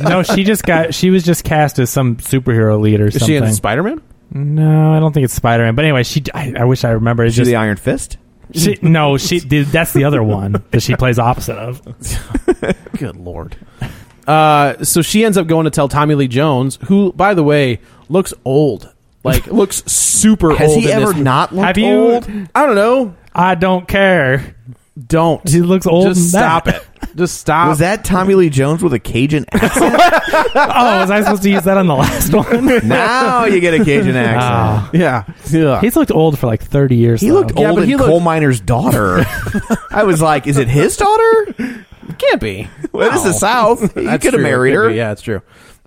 S2: no. She just got. She was just cast as some superhero lead or
S3: Is she
S2: something.
S3: in Spider Man?
S2: no, I don't think it's Spider Man. But anyway, she. I, I wish I remember. It's
S4: She's
S2: just
S4: the Iron Fist.
S2: she, no. She dude, that's the other one that she plays opposite of.
S3: Good lord. Uh, so she ends up going to tell Tommy Lee Jones, who, by the way, looks old. Like looks super
S4: Has
S3: old.
S4: he
S3: in
S4: ever
S3: this-
S4: not looked
S2: Have you-
S4: old?
S3: I don't know.
S2: I don't care.
S3: Don't.
S2: He looks old.
S3: Just
S2: in that.
S3: stop it. Just stop.
S4: Was that Tommy Lee Jones with a Cajun accent?
S2: Oh, was I supposed to use that on the last one?
S4: now you get a Cajun accent.
S2: Ah.
S3: Yeah. Yeah.
S2: He's looked old for like thirty years.
S4: He
S2: though.
S4: looked
S3: Yeah,
S4: old
S3: but
S4: in
S3: he
S4: coal
S3: looked-
S4: miner's daughter. I was like, is it his daughter?
S3: can't be.
S4: Well, this is South. He
S3: That's
S4: could have
S3: true.
S4: married
S3: Could
S4: her.
S3: be. Yeah, it's true.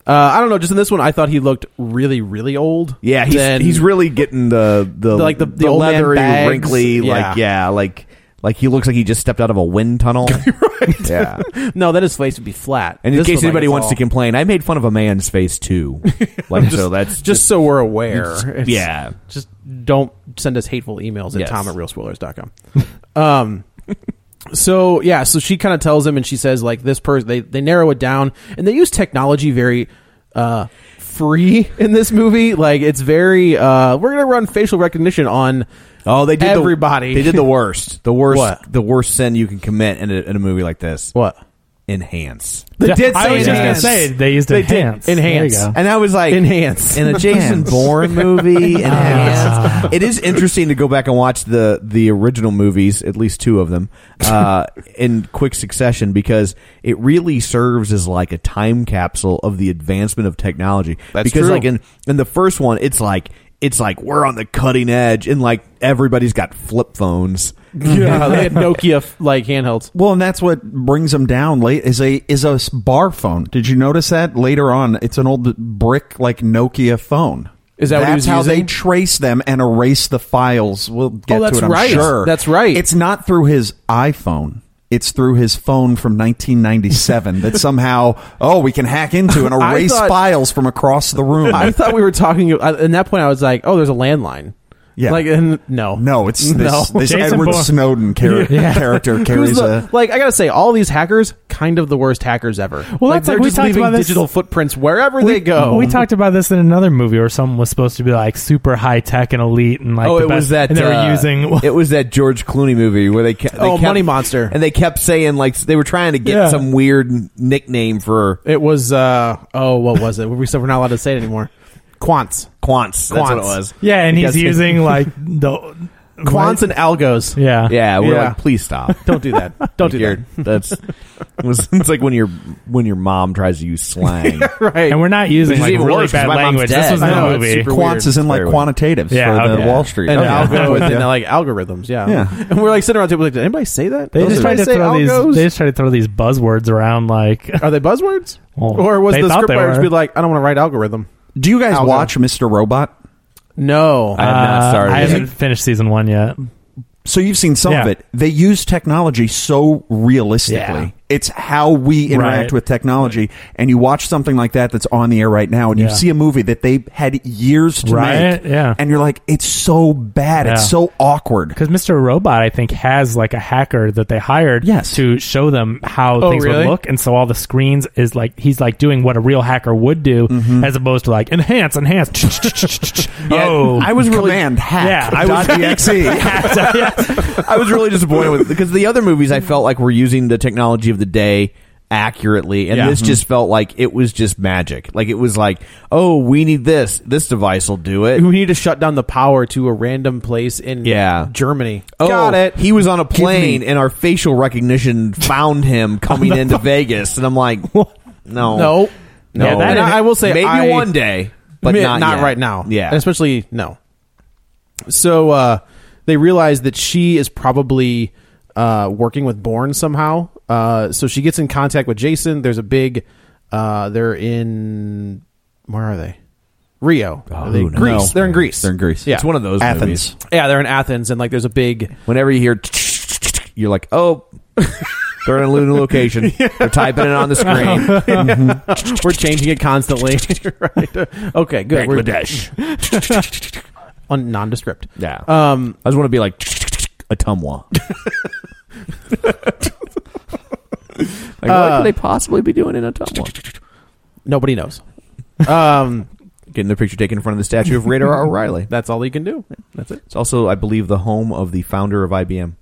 S3: Uh, I don't know. Just in this one, I thought he looked really, really old.
S4: Yeah, he's
S3: Then-
S4: he's really getting the the
S3: Like the- the old man
S4: leathery,
S3: bags.
S4: wrinkly,
S3: Yeah.
S4: like yeah, like like he looks like he just stepped out of a wind tunnel. Yeah.
S3: no. Then his face would be flat.
S4: And in
S3: This
S4: case
S3: one, like,
S4: anybody
S3: it's
S4: wants
S3: all-
S4: to complain, I made fun of a man's face too. Like so, that's
S3: just, so we're aware.
S4: It's-
S3: It's-
S4: yeah.
S3: Just don't send us hateful emails at
S4: Yes.
S3: tom at realspoilers.com. um, so, yeah, so she kind of tells him and she says, like, this person, they, they narrow it down and they use technology very uh, free in this movie. Like, it's very, uh, we're going to run facial recognition on
S4: Oh, they did
S3: everybody.
S4: The, they did the worst, the worst,
S3: What?
S4: the worst sin you can commit in a, in a movie like this.
S3: what?
S4: Enhance.
S3: They
S2: Yeah,
S3: did
S2: I
S3: say
S2: was just gonna
S3: enhance.
S2: say they used
S3: They did.
S2: enhance.
S3: Enhance.
S2: There you go.
S4: And I was like,
S3: Enhance.
S4: in a Jason Bourne movie. Enhance. It is interesting to go back and watch the the original movies, at least two of them, uh, in quick succession because it really serves as like a time capsule of the advancement of technology.
S3: That's
S4: because
S3: true.
S4: like in in the first one, it's like. It's like we're on the cutting edge, and like everybody's got flip phones.
S3: yeah, they had Nokia, like, handhelds.
S1: Well, and that's what brings them down late is a is a s- bar phone. Did you notice that later on? It's an old brick like Nokia phone.
S3: Is that what
S1: that's
S3: he was
S1: how they
S3: using? Oh,
S1: trace them and erase the files? We'll get
S3: that's
S1: to it. I'm
S3: right.
S1: sure
S3: That's right.
S1: It's not through his iPhone. It's through his phone from 1997 that somehow oh we can hack into and
S3: I
S1: erase
S3: thought-
S1: files from across the room.
S3: I thought we were talking. I- In that point, I was like, "Oh, there's a landline."
S1: Yeah.
S3: Like, and no,
S1: Oh, no, it's this, this
S2: Jason
S1: Edward uh,
S2: Bourne.
S1: Snowden char- character
S3: Who's
S1: carries
S3: the,
S1: a
S3: like I gotta say, all these hackers kind of the worst hackers ever.
S2: Well,
S3: like,
S2: that's like
S3: they're
S2: we
S3: just
S2: talked
S3: leaving
S2: about this-
S3: digital footprints wherever they go.
S2: We talked about this in another movie where someone was supposed to be like super high tech and elite and like
S4: oh,
S2: the
S4: it was
S2: best-
S4: that
S2: and they
S4: uh,
S2: were using
S4: it was that George Clooney movie where they, kept, they
S3: Oh,
S4: kept-
S3: Money Monster.
S4: and they kept saying like they were trying to get
S2: Yeah.
S4: some weird nickname for
S3: It was uh oh, what was it? We said we're not allowed to say it anymore. Quants.
S4: Quants. That's what it was.
S2: yeah, and he's
S4: Because-
S2: using like the
S3: Quants and algos.
S2: Yeah.
S4: Yeah, we're like, please stop.
S3: Don't do that. Don't do that.
S4: You're- That's it was- it's like when your when your mom tries to use slang.
S3: right.
S2: And we're not using
S4: Which is
S2: like
S4: even
S2: really
S4: worse, 'cause
S2: bad
S4: my mom's
S2: language.
S4: dead.
S2: This was
S4: I
S2: in
S4: know,
S2: the
S4: it's
S2: movie.
S3: super
S1: Quants is in like
S4: Very weird.
S1: quantitatives
S2: Yeah,
S1: for the
S2: okay.
S1: Wall Street.
S3: and
S1: Okay.
S3: algo and
S1: Yeah.
S3: then like algorithms. Yeah.
S1: Yeah.
S3: And we're like sitting around the table like, did anybody say that?
S2: They
S3: Those
S2: just
S3: are-
S2: tried to
S3: say
S2: throw
S3: algos?
S2: these. They just tried to throw these buzzwords around. Like,
S3: are they buzzwords?
S2: Well,
S3: or was
S2: they
S3: the
S2: thought
S3: script
S2: they
S3: writer just
S2: were.
S3: be like, I don't want to write algorithm?
S1: Do you guys
S3: Algo.
S1: watch Mr. Robot?
S3: No.
S4: I have not
S2: uh,
S4: started.
S2: I
S4: yet.
S2: haven't finished season one yet.
S1: So you've seen some of
S2: Yeah.
S1: it. They use technology so realistically.
S2: Yeah.
S1: It's how we interact
S2: Right.
S1: with technology. And you watch something like that that's on the air right now, and
S2: Yeah.
S1: you see a movie that they had years to
S2: Right?
S1: make.
S2: Yeah.
S1: And you're like, it's so bad. It's
S2: Yeah.
S1: so awkward.
S2: Because Mr. Robot, I think, has like a hacker that they hired
S1: Yes.
S2: to show them how
S3: Oh,
S2: things
S3: really?
S2: would look, and so all the screens is like he's like doing what a real hacker would do,
S3: Mm-hmm.
S2: as opposed to like enhance, enhance. oh,
S1: I was really command
S2: yeah,
S1: hack.
S2: I was-
S1: dot exe.
S4: I was really disappointed with because the other movies I felt like were using the technology of the day accurately and
S2: Yeah. Mm-hmm.
S4: this just felt like it was just magic like it was like oh we need this this device will do it
S3: We need to shut down the power to a random place in
S4: Yeah.
S3: Germany.
S4: oh
S3: Got it.
S4: he was on a plane and our facial recognition found him coming into vegas and i'm like no
S3: No.
S4: no
S2: Yeah, that
S3: And
S2: is-
S3: I, I will say
S4: maybe
S3: I-
S4: one day but
S3: Mi-
S4: not, yet.
S3: right now.
S4: yeah
S3: And especially no. So uh, they realize that she is probably uh, working with Bourne somehow. Uh, so she gets in contact with Jason. There's a big. Uh, they're in. Where are they? Rio. Are they-
S4: Oh, who knows?
S3: Greece. They're in Greece.
S1: They're in Greece.
S3: Yeah.
S4: it's one of those
S1: Athens.
S4: movies.
S3: yeah, they're in Athens, and like there's a big.
S4: whenever you hear you're like oh they're in a lunar location they're typing it on the screen
S3: Mm-hmm. We're changing it constantly. right. Okay. Good. We're- On nondescript.
S4: Yeah.
S3: Um.
S4: I just want to be like Atumwa. like, what could they possibly be doing in Atumwa?
S3: Nobody knows. Um.
S4: Getting their picture taken in front of the statue of Radar O'Reilly.
S3: That's all you can do. That's it.
S4: It's also, I believe, the home of the founder of IBM.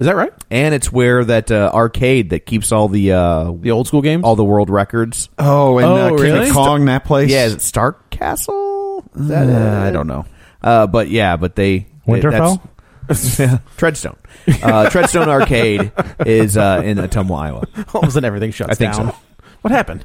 S3: Is that right?
S4: And it's where that uh, arcade that keeps all the uh,
S3: The old school games.
S4: all the world records.
S1: Oh, and
S3: Oh,
S1: uh, King of
S3: really?
S1: Kong, that place?
S4: Yeah, is it Stark Castle? Is that
S1: Uh,
S4: it?
S1: I don't know.
S4: Uh, but yeah, but they they- that's-
S2: Winterfell.
S4: Treadstone. Uh, Treadstone Arcade is uh, in Atumwa, Iowa.
S3: all of a sudden everything shuts
S4: I think
S3: down.
S4: so.
S3: What happened?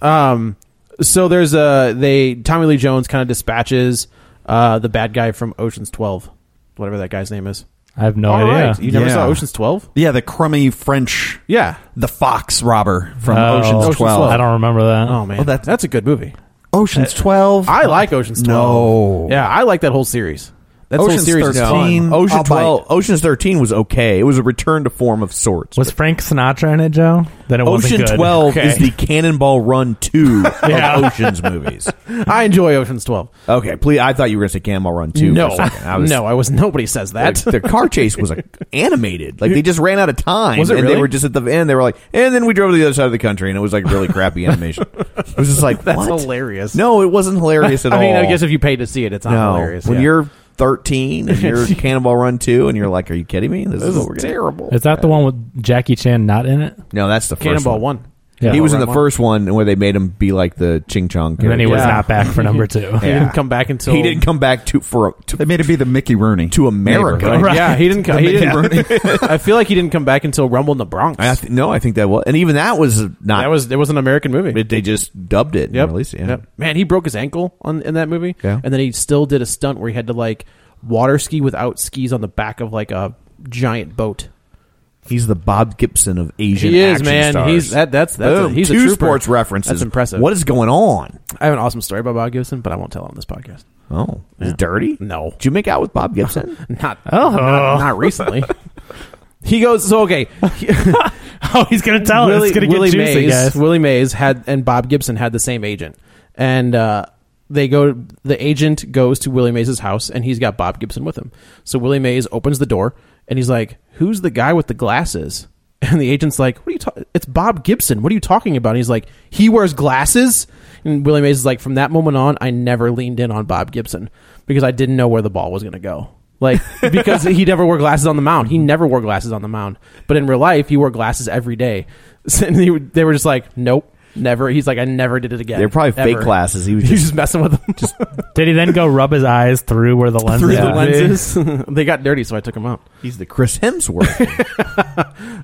S3: Um, so there's a they Tommy Lee Jones kind of dispatches uh, the bad guy from Ocean's Twelve, whatever that guy's name is.
S2: I have
S4: Oh,
S2: no
S3: All
S2: idea.
S3: right. you never
S1: Yeah.
S3: saw Ocean's Twelve?
S1: Yeah, the crummy French,
S3: Yeah.
S1: the fox robber from
S2: Oh.
S1: Ocean's,
S3: Ocean's
S1: 12.
S3: Twelve.
S2: I don't remember that.
S3: Oh man,
S1: Well,
S3: that's
S1: that's-
S3: that's a good movie.
S1: Ocean's
S2: Uh,
S1: 12.
S3: I like Ocean's Twelve.
S1: No.
S3: Yeah, I like that whole series. That whole
S1: Ocean's
S3: series is fun.
S1: 13.
S4: Ocean
S1: I'll bite.
S4: twelve, Ocean's thirteen was okay. It was a return to form of sorts.
S2: Was Frank Sinatra in it, Joe? Then it wasn't
S4: Ocean
S2: good.
S4: twelve
S2: Okay.
S4: is the Cannonball Run two
S2: Yeah.
S4: of Ocean's movies.
S3: I enjoy Ocean's Twelve.
S4: Okay, please. I thought you were going to say Cannonball Run two. for
S3: no,
S4: a second. I was,
S3: no, I was. Nobody says that.
S4: The, the car chase was a, animated. Like they just ran out of time,
S3: Was it
S4: and
S3: really?
S4: they were just at the end. They were like, and then we drove to the other side of the country, and it was like really crappy animation. It was just like
S3: that's
S4: what?
S3: hilarious.
S4: No, it wasn't hilarious at
S3: I
S4: all.
S3: mean, I guess if you paid to see it, it's not
S4: no.
S3: hilarious.
S4: when
S3: yeah.
S4: you're 13 and you're Cannonball Run two, and you're like, are you kidding me? This,
S3: this
S4: is
S3: is
S4: what we're getting.
S3: terrible.
S2: Is that the one with Jackie Chan not in it?
S4: No, that's the first
S3: Cannonball
S4: one.
S3: One.
S2: Yeah.
S4: he was in the
S3: Right one.
S4: first one where they made him be like the Ching Chong
S2: And then he
S4: character.
S2: was
S3: Yeah.
S2: not back for number two.
S3: He didn't come back until
S4: He didn't come back to for to,
S1: They made it be the Mickey Rooney.
S4: to America.
S1: Neighborhood.
S2: Right.
S3: Yeah, he didn't
S1: The
S3: come. He
S1: Mickey
S3: didn't, I feel like he didn't come back until Rumble in the Bronx.
S4: I th- no, I think that was, and even that was not.
S3: that was it was an American movie.
S4: it- they just dubbed it.
S3: Yep.
S4: And released it, yeah.
S3: Yep. Man, he broke his ankle on in that movie.
S4: Yeah.
S3: And then he still did a stunt where he had to like water ski without skis on the back of like a giant boat.
S4: He's the Bob Gibson of Asian.
S3: He is,
S4: action
S3: man.
S4: stars.
S3: He's- that- that's- that's a-
S4: Boom.
S3: he's a
S4: two
S3: trooper.
S4: sports references.
S3: That's impressive.
S4: What is going on?
S3: I have an awesome story about Bob Gibson, but I won't tell it on this podcast.
S4: Oh, is it dirty?
S3: No.
S4: Did you make out with Bob Gibson?
S3: Not oh. not, not recently. he goes so okay. he-
S2: Oh, he's gonna tell us. It's gonna get
S3: Willie
S2: juicy,
S3: Mays,
S2: guys.
S3: Willie Mays had and Bob Gibson had the same agent, and uh, they go. The agent goes to Willie Mays' house, and he's got Bob Gibson with him. So Willie Mays opens the door, and he's like, "Who's the guy with the glasses?" And the agent's like, "What are you talking? It's Bob Gibson. What are you talking about?" And he's like, "He wears glasses." And Willie Mays is like, "From that moment on, I never leaned in on Bob Gibson because I didn't know where the ball was going to go." Like because he never wore glasses on the mound. He never wore glasses on the mound. But in real life, he wore glasses every day. So, and he, would- they were just like, nope. Never. He's like, I never did it again.
S4: They're probably fake
S3: Ever.
S4: classes. He was
S3: He's
S4: just-
S3: just messing with them. Just
S2: Did he then go rub his eyes through where the lenses?
S3: through the
S2: would be?
S3: lenses. they got dirty, so I took them out.
S4: He's the Chris Hemsworth.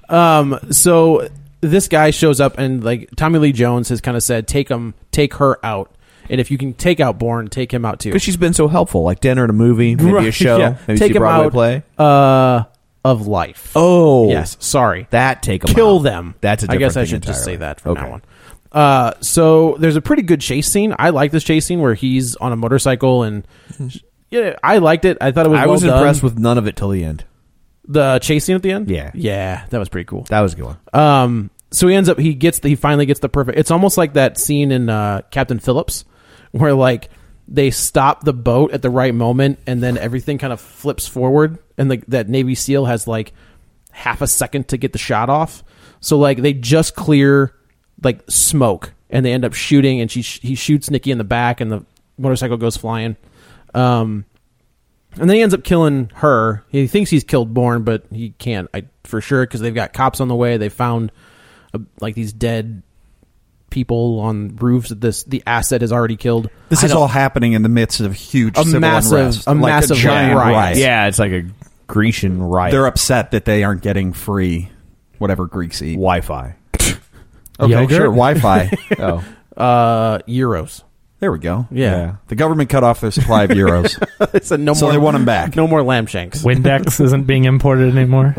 S3: Um, so this guy shows up and like Tommy Lee Jones has kind of said, take him, take her out, and if you can take out Bourne, take him out too.
S4: Because she's been so helpful, like dinner and a movie, maybe a
S3: Right,
S4: show,
S3: yeah.
S4: maybe
S3: take
S4: see a
S3: him
S4: Broadway play.
S3: out uh, of life.
S4: Oh,
S3: yes, sorry,
S4: that take 'em
S3: kill
S4: out.
S3: them.
S4: That's a
S3: I guess
S4: different
S3: I
S4: thing
S3: should just say
S4: entirely.
S3: that from
S4: Okay.
S3: now on. Uh, so there's a pretty good chase scene. I like this chase scene where he's on a motorcycle and. Yeah, I liked it. I thought it was.
S4: I
S3: well
S4: was
S3: done.
S4: impressed with none of it till the end.
S3: the chase scene at the end.
S4: Yeah.
S3: yeah, that was pretty cool.
S4: That was a good one.
S3: Um, so he ends up he gets the, he finally gets the perfect. It's almost like that scene in uh, Captain Phillips where like they stop the boat at the right moment and then everything kind of flips forward and the, that Navy SEAL has like half a second to get the shot off. So like they just clear like smoke and they end up shooting and she sh- he shoots Nikki in the back and the motorcycle goes flying. Um, and then he ends up killing her. He thinks he's killed Bourne, but he can't I, for sure because they've got cops on the way. They found uh, like these dead people on roofs that this the asset has already killed.
S1: This
S3: I
S1: is
S3: don't-
S1: all happening in the midst of huge
S3: A
S1: civil
S3: massive-
S1: unrest,
S3: a
S1: like
S3: massive
S1: a giant
S3: riot.
S1: riot.
S4: Yeah, it's like a Grecian riot.
S1: They're upset that they aren't getting free whatever Greeks eat.
S4: Wi-Fi.
S1: Okay,
S2: Yogurt?
S1: sure. Wi-Fi.
S4: Oh,
S3: uh, euros.
S1: there we go.
S3: Yeah.
S1: The government cut off their supply of euros.
S3: it's a no
S1: So
S3: more.
S1: they want 'em back.
S3: No more lamb shanks.
S2: Windex isn't being imported anymore.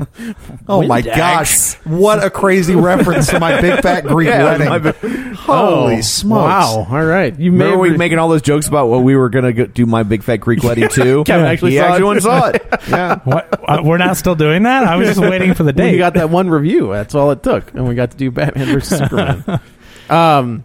S1: oh my
S3: Windex.
S1: gosh. What a crazy reference to my big fat Greek wedding. Holy
S3: Oh,
S1: smokes.
S3: Wow! All right, you
S4: Remember
S3: may
S4: we making all those jokes about what we were gonna go, do my big fat Greek wedding too?
S3: Kevin actually
S4: he
S3: saw
S4: actually
S3: it.
S4: went and saw it. Yeah,
S2: What? Uh, We're not still doing that. I was just waiting for the
S3: Well,
S2: date.
S3: We got that one review. That's all it took, and we got to do Batman versus Superman. Um,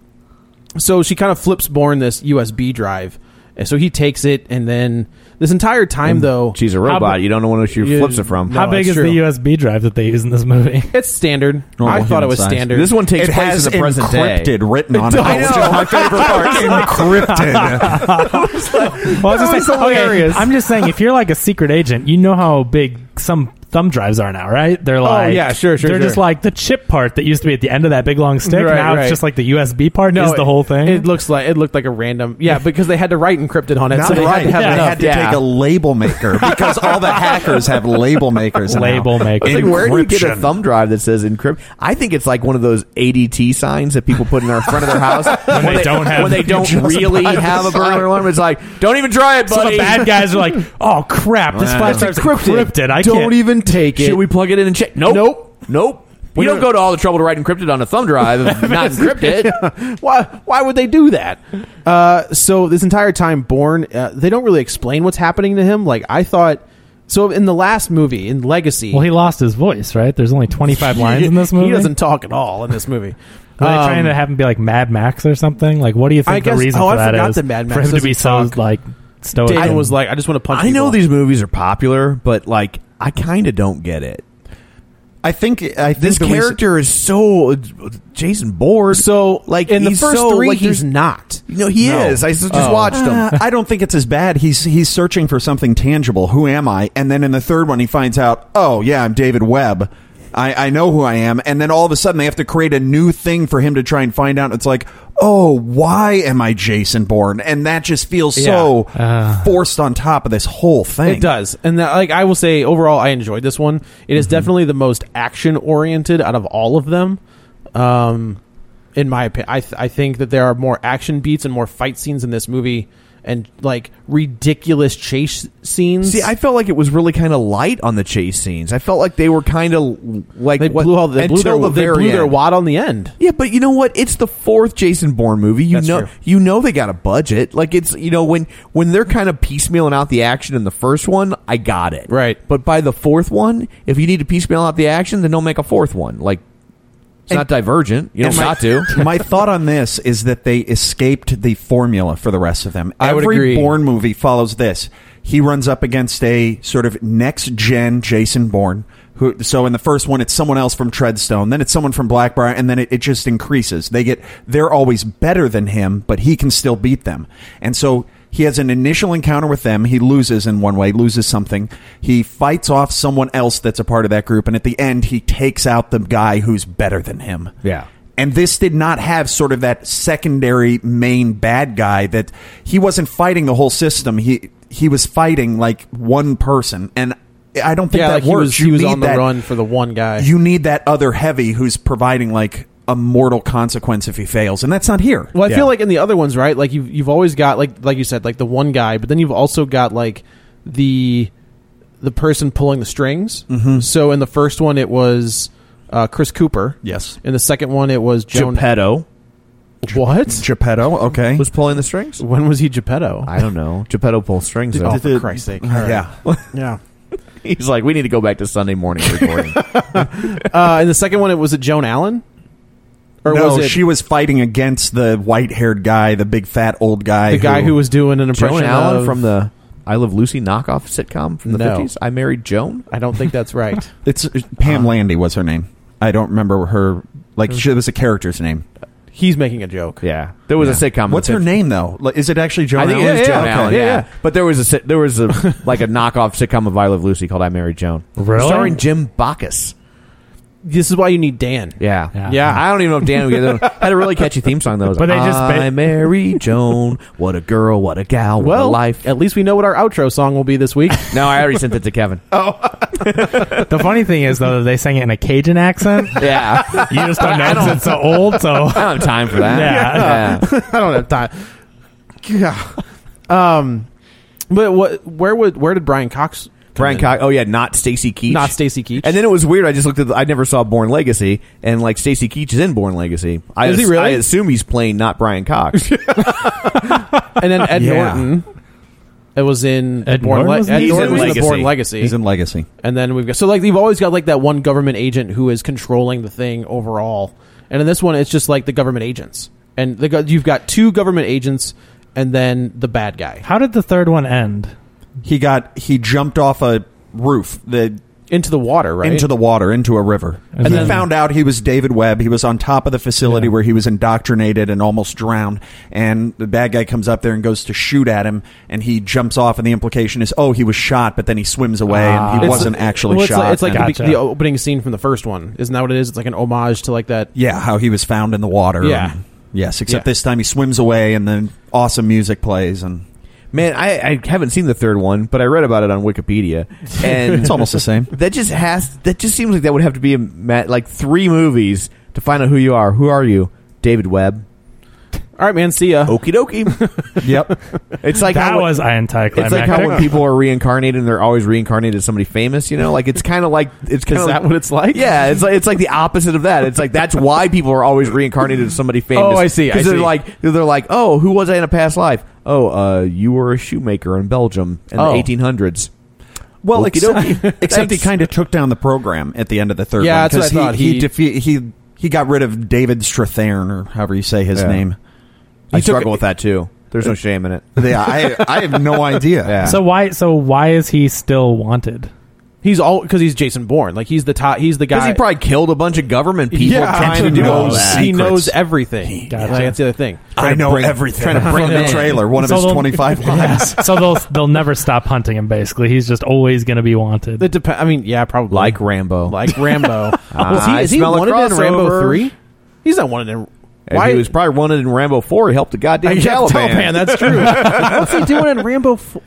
S3: so she kind of flips Born this USB drive, and so he takes it, and then this entire time though,
S4: she's a
S2: How
S4: robot.
S2: bu-
S4: you don't know where she
S3: You-
S4: flips it from.
S2: How
S3: No,
S2: big
S3: it's
S2: is
S3: true.
S2: the USB drive that they use in this movie?
S3: it's standard.
S1: Normal
S3: I thought it
S1: human
S3: was
S1: size.
S3: standard.
S4: this one takes
S1: It
S4: place in
S1: has
S4: the present
S1: encrypted
S4: day.
S1: written on it.
S4: I
S1: That's
S4: know.
S1: my favorite part. encrypted.
S2: Well, I was just
S4: That
S2: saying-
S4: was
S2: okay,
S4: hilarious.
S2: I'm just saying, if you're like a secret agent, you know how big some thumb drives are now, right? They're like,
S3: Oh, yeah, sure, sure,
S2: They're
S3: sure.
S2: just like the chip part that used to be at the end of that big long stick.
S3: Right,
S2: now
S3: right.
S2: it's just like the USB part is the
S3: it-
S2: whole thing.
S3: It looks like it looked like a random, yeah, because they had to write encrypted on it.
S1: Not
S3: so they
S1: right.
S3: had to have
S1: they
S3: enough.
S1: had to
S3: yeah.
S1: take a label maker because all the hackers have label makers. now.
S2: Label maker.
S4: It's like, where do you get a
S1: Encryption.
S4: thumb drive that says encrypt? I think it's like one of those ADT signs that people put in our front of their house when,
S2: they don't have-
S4: when they don't really have a burner alarm. It's like, don't even try it,
S2: so
S4: buddy.
S2: the bad guys are like, oh crap, this flash drive's encrypted. I
S4: don't
S2: can't.
S4: even take it.
S2: Should we
S4: plug it in and check? Nope. Nope. Nope. We don't go to all the trouble to write encrypted on a thumb drive, not encrypted.
S3: why why would they do that uh so this entire time born uh, they don't really explain what's happening to him like i thought so in the last movie in legacy
S2: well, he lost his voice, right? There's only 25 lines in this movie.
S3: he doesn't talk at all in this movie
S2: Were they
S3: Um,
S2: trying to have him be like Mad Max or something? Like, what do you think
S3: I
S2: the
S3: guess-
S2: reason
S3: oh,
S2: for
S3: I
S2: that
S3: forgot
S2: is?
S3: that Mad
S2: for
S3: Max
S2: him to be
S3: doesn't
S2: so
S3: talk.
S2: like stoic.
S3: Damon
S2: and-
S3: was like i just want to punch
S4: I know
S3: people.
S4: these movies are popular, but like, I kind of don't get it.
S1: I think I think
S4: This
S1: the reason-
S4: character is so uh, Jason Bourne.
S3: so
S4: like,
S3: like in the
S4: he's
S3: first
S4: so,
S3: three
S4: like,
S3: he's
S4: there's-
S3: not
S4: no, he is. I s- just
S3: Oh.
S4: watched him.
S1: Uh, I don't think it's as bad. He's he's searching for something tangible. Who am I? And then in the third one, he finds out. Oh yeah, I'm David Webb. I, I know who I am. And then all of a sudden, they have to create a new thing for him to try and find out. It's like, oh, why am I Jason Bourne? And that just feels so forced on top of this whole thing.
S3: It does, and that, like I will say, overall, I enjoyed this one. It is definitely the most action oriented out of all of them. Um, in my opinion, I th- I think that there are more action beats and more fight scenes in this movie, and like ridiculous chase scenes.
S4: See, I felt like it was really kind of light on the chase scenes. I felt like they were kind of like
S3: they
S4: what-
S3: blew all they blew their
S4: until the
S3: they
S4: very
S3: blew their
S4: end.
S3: wad on the end.
S4: Yeah, but you know what? It's the fourth Jason Bourne movie. You
S3: That's
S4: know,
S3: true.
S4: you know they got a budget. Like it's you know when when they're kind of piecemealing out the action in the first one, I got it.
S3: Right.
S4: But by the fourth one, if you need to piecemeal out the action, then don't make a fourth one. Like it's
S1: And-
S4: not Divergent. You
S1: And
S4: don't
S1: my-
S4: got to.
S1: my thought on this is that they escaped the formula for the rest of them.
S3: I would
S1: Every
S3: agree.
S1: Bourne movie follows this. He runs up against a sort of next gen Jason Bourne. Who, so in the first one, it's someone else from Treadstone, then it's someone from Blackbriar, and then it, it just increases. They get they're always better than him, but he can still beat them. And so he has an initial encounter with them. He loses in one way, loses something. He fights off someone else that's a part of that group, and at the end, he takes out the guy who's better than him
S4: Yeah.
S1: And this did not have sort of that secondary main bad guy that he wasn't fighting the whole system. He he was fighting like one person, and I don't think
S3: yeah,
S1: that
S3: like he
S1: works.
S3: was, he
S1: You
S3: was
S1: need
S3: on the
S1: that-
S3: run for the one guy.
S1: You need that other heavy who's providing like a mortal consequence if he fails, and that's not here.
S3: Well, I feel like in the other ones, right? Like you've you've always got like like you said, like the one guy, but then you've also got like the the person pulling the strings. Mm-hmm. So in the first one, it was uh, Chris Cooper.
S1: Yes.
S3: In the second one, it was Joan
S4: Geppetto.
S3: What?
S1: Geppetto. Okay.
S4: Was pulling the strings?
S3: When was he Geppetto?
S4: I don't know. Geppetto pulls strings.
S3: Did-
S4: though.
S3: did- Oh, for did- Christ's sake. All right.
S4: Yeah.
S3: Yeah.
S4: He's like, we need to go back to Sunday morning recording.
S3: uh, in the second one, it was it Joan Allen. Or
S1: no,
S3: was it
S1: she was fighting against the white-haired guy, the big fat old guy,
S3: the guy who was doing an impression
S4: Joan Allen
S3: of-
S4: from the I Love Lucy knockoff sitcom from the
S3: No.
S4: 50s. I married Joan.
S3: I don't think that's right.
S1: It's it's-
S4: Uh-huh.
S1: Pam Landy was her name. I don't remember her.
S3: Mm-hmm.
S1: Like she it was a character's name.
S3: He's making a joke.
S4: Yeah, there was a sitcom. in
S1: What's
S4: the
S1: her
S4: 50s.
S1: name though? Like, Is it actually Joan
S4: I think
S1: Allen?
S4: it is Joan
S1: Okay.
S4: Allen. Yeah, but there was a sit- there was a like a knockoff sitcom of I Love Lucy called I Married Joan,
S2: Really?
S4: starring Jim Bacchus.
S3: This is why you need Dan.
S4: Yeah.
S2: Yeah.
S4: I don't even know if Dan would get that one. had a really catchy theme song though.
S2: But they just ba-
S4: I married Joan. What a girl. What a gal. What a
S3: Well,
S4: life.
S3: at least we know what our outro song will be this week.
S4: No, I already sent it to Kevin.
S2: Oh. The funny thing is, though, that they sang it in a Cajun accent.
S4: Yeah,
S2: You just don't know 'cause it's so old. So
S4: I don't have time for that.
S2: Yeah.
S4: yeah.
S3: I don't have time. Yeah. Um, but what? Where would? Where did Brian Cox? come
S4: Brian
S3: in?
S4: Cox. Oh yeah, not Stacy Keach.
S3: Not Stacy Keach.
S4: And then it was weird. I just looked at. The, I never saw Born Legacy, and like Stacy Keach is in Born Legacy. I
S3: Is he really?
S4: I assume he's playing not Brian Cox.
S3: and then Ed
S1: Yeah.
S3: Norton. It was in
S2: Ed
S3: Born
S2: Norton
S3: Le-
S2: was in
S3: Ed
S2: it?
S4: He's
S3: Norton
S4: in
S3: was in the
S4: Legacy.
S3: Born Legacy.
S1: He's in Legacy.
S3: and then we've got so like you've always got like that one government agent who is controlling the thing overall. And in this one, it's just like the government agents, and the, go- you've got two government agents, and then the bad guy
S2: how did the third one end?
S1: He got he jumped off a roof the
S3: into the water, right?
S1: into the water into a river, and,
S2: then-
S1: he found out he was David Webb. He was on top of the facility where he was indoctrinated and almost drowned. And the bad guy comes up there and goes to shoot at him, and he jumps off. And the implication is, oh, he was shot, but then he swims away and he
S3: Ah. It's-
S1: wasn't actually
S3: well, it's
S1: shot.
S3: Like, it's like
S1: and-
S3: the,
S2: Gotcha.
S3: the opening scene from the first one, isn't that what it is? It's like an homage to like that
S1: yeah, how he was found in the water.
S3: Yeah.
S1: and- yes, except
S3: Yeah.
S1: this time he swims away, and then awesome music plays, and
S4: Man, I, I haven't seen the third one, but I read about it on Wikipedia, and
S1: it's almost the same.
S4: that just has that just seems like that would have to be a ma- like three movies to find out who you are. Who are you, David Webb?
S3: All right, man. See ya.
S1: Oh,
S4: Okie dokie. yep. It's like
S2: That
S4: how,
S2: was anticlimactic.
S4: It's like how when people are reincarnated and they're always reincarnated as somebody famous, you know? Like it's kind of like it's kind
S3: Is that what it's like?
S4: Yeah, it's like it's like the opposite of that. It's like that's why people are always reincarnated as somebody famous.
S3: Oh, I see, I
S4: Because they're
S3: see.
S4: like they're like, oh, who was I in a past life? Oh, uh, you were a shoemaker in Belgium in
S3: Oh.
S4: the 1800s.
S1: Well,
S4: Okey-dokey.
S1: except, except he kind of took down the program at the end of the third
S3: Yeah,
S1: one.
S3: that's what
S1: 'cause
S3: I thought.
S1: He,
S3: He-
S1: he, defe- he, he got rid of David Strathairn, or however you say his
S4: Yeah.
S1: name.
S4: I
S1: He took-
S4: struggle with that too. There's no shame in it.
S1: Yeah, I, I have no idea.
S4: Yeah.
S2: so why? So why is he still wanted?
S3: He's all because he's Jason Bourne. Like he's the top. He's the
S4: Because
S3: guy.
S4: he probably killed a bunch of government people
S3: yeah,
S4: trying to
S3: he
S4: do all
S3: knows-
S4: that.
S3: He
S1: Secrets.
S3: knows everything.
S2: Gotcha.
S3: Like, that's the other thing.
S1: I
S3: Trying to
S1: know
S3: bring-
S1: everything.
S3: Trying to bring
S1: From the
S3: him in.
S1: trailer, one of
S2: So
S1: his
S2: they'll-
S1: 25 lines.
S2: so they'll they'll never stop hunting him. Basically, he's just always going to be wanted.
S3: It depends. I mean, yeah, probably
S4: Like Rambo.
S3: like Rambo. was
S4: I
S3: he, is he
S4: smell a
S3: wanted in Rambo
S4: crossover.
S3: three? He's not wanted in.
S4: And
S3: Why
S4: he was probably running in Rambo 4. He helped the goddamn
S3: Yeah,
S4: Taliban.
S3: Taliban, That's true. What's he doing in Rambo? Four?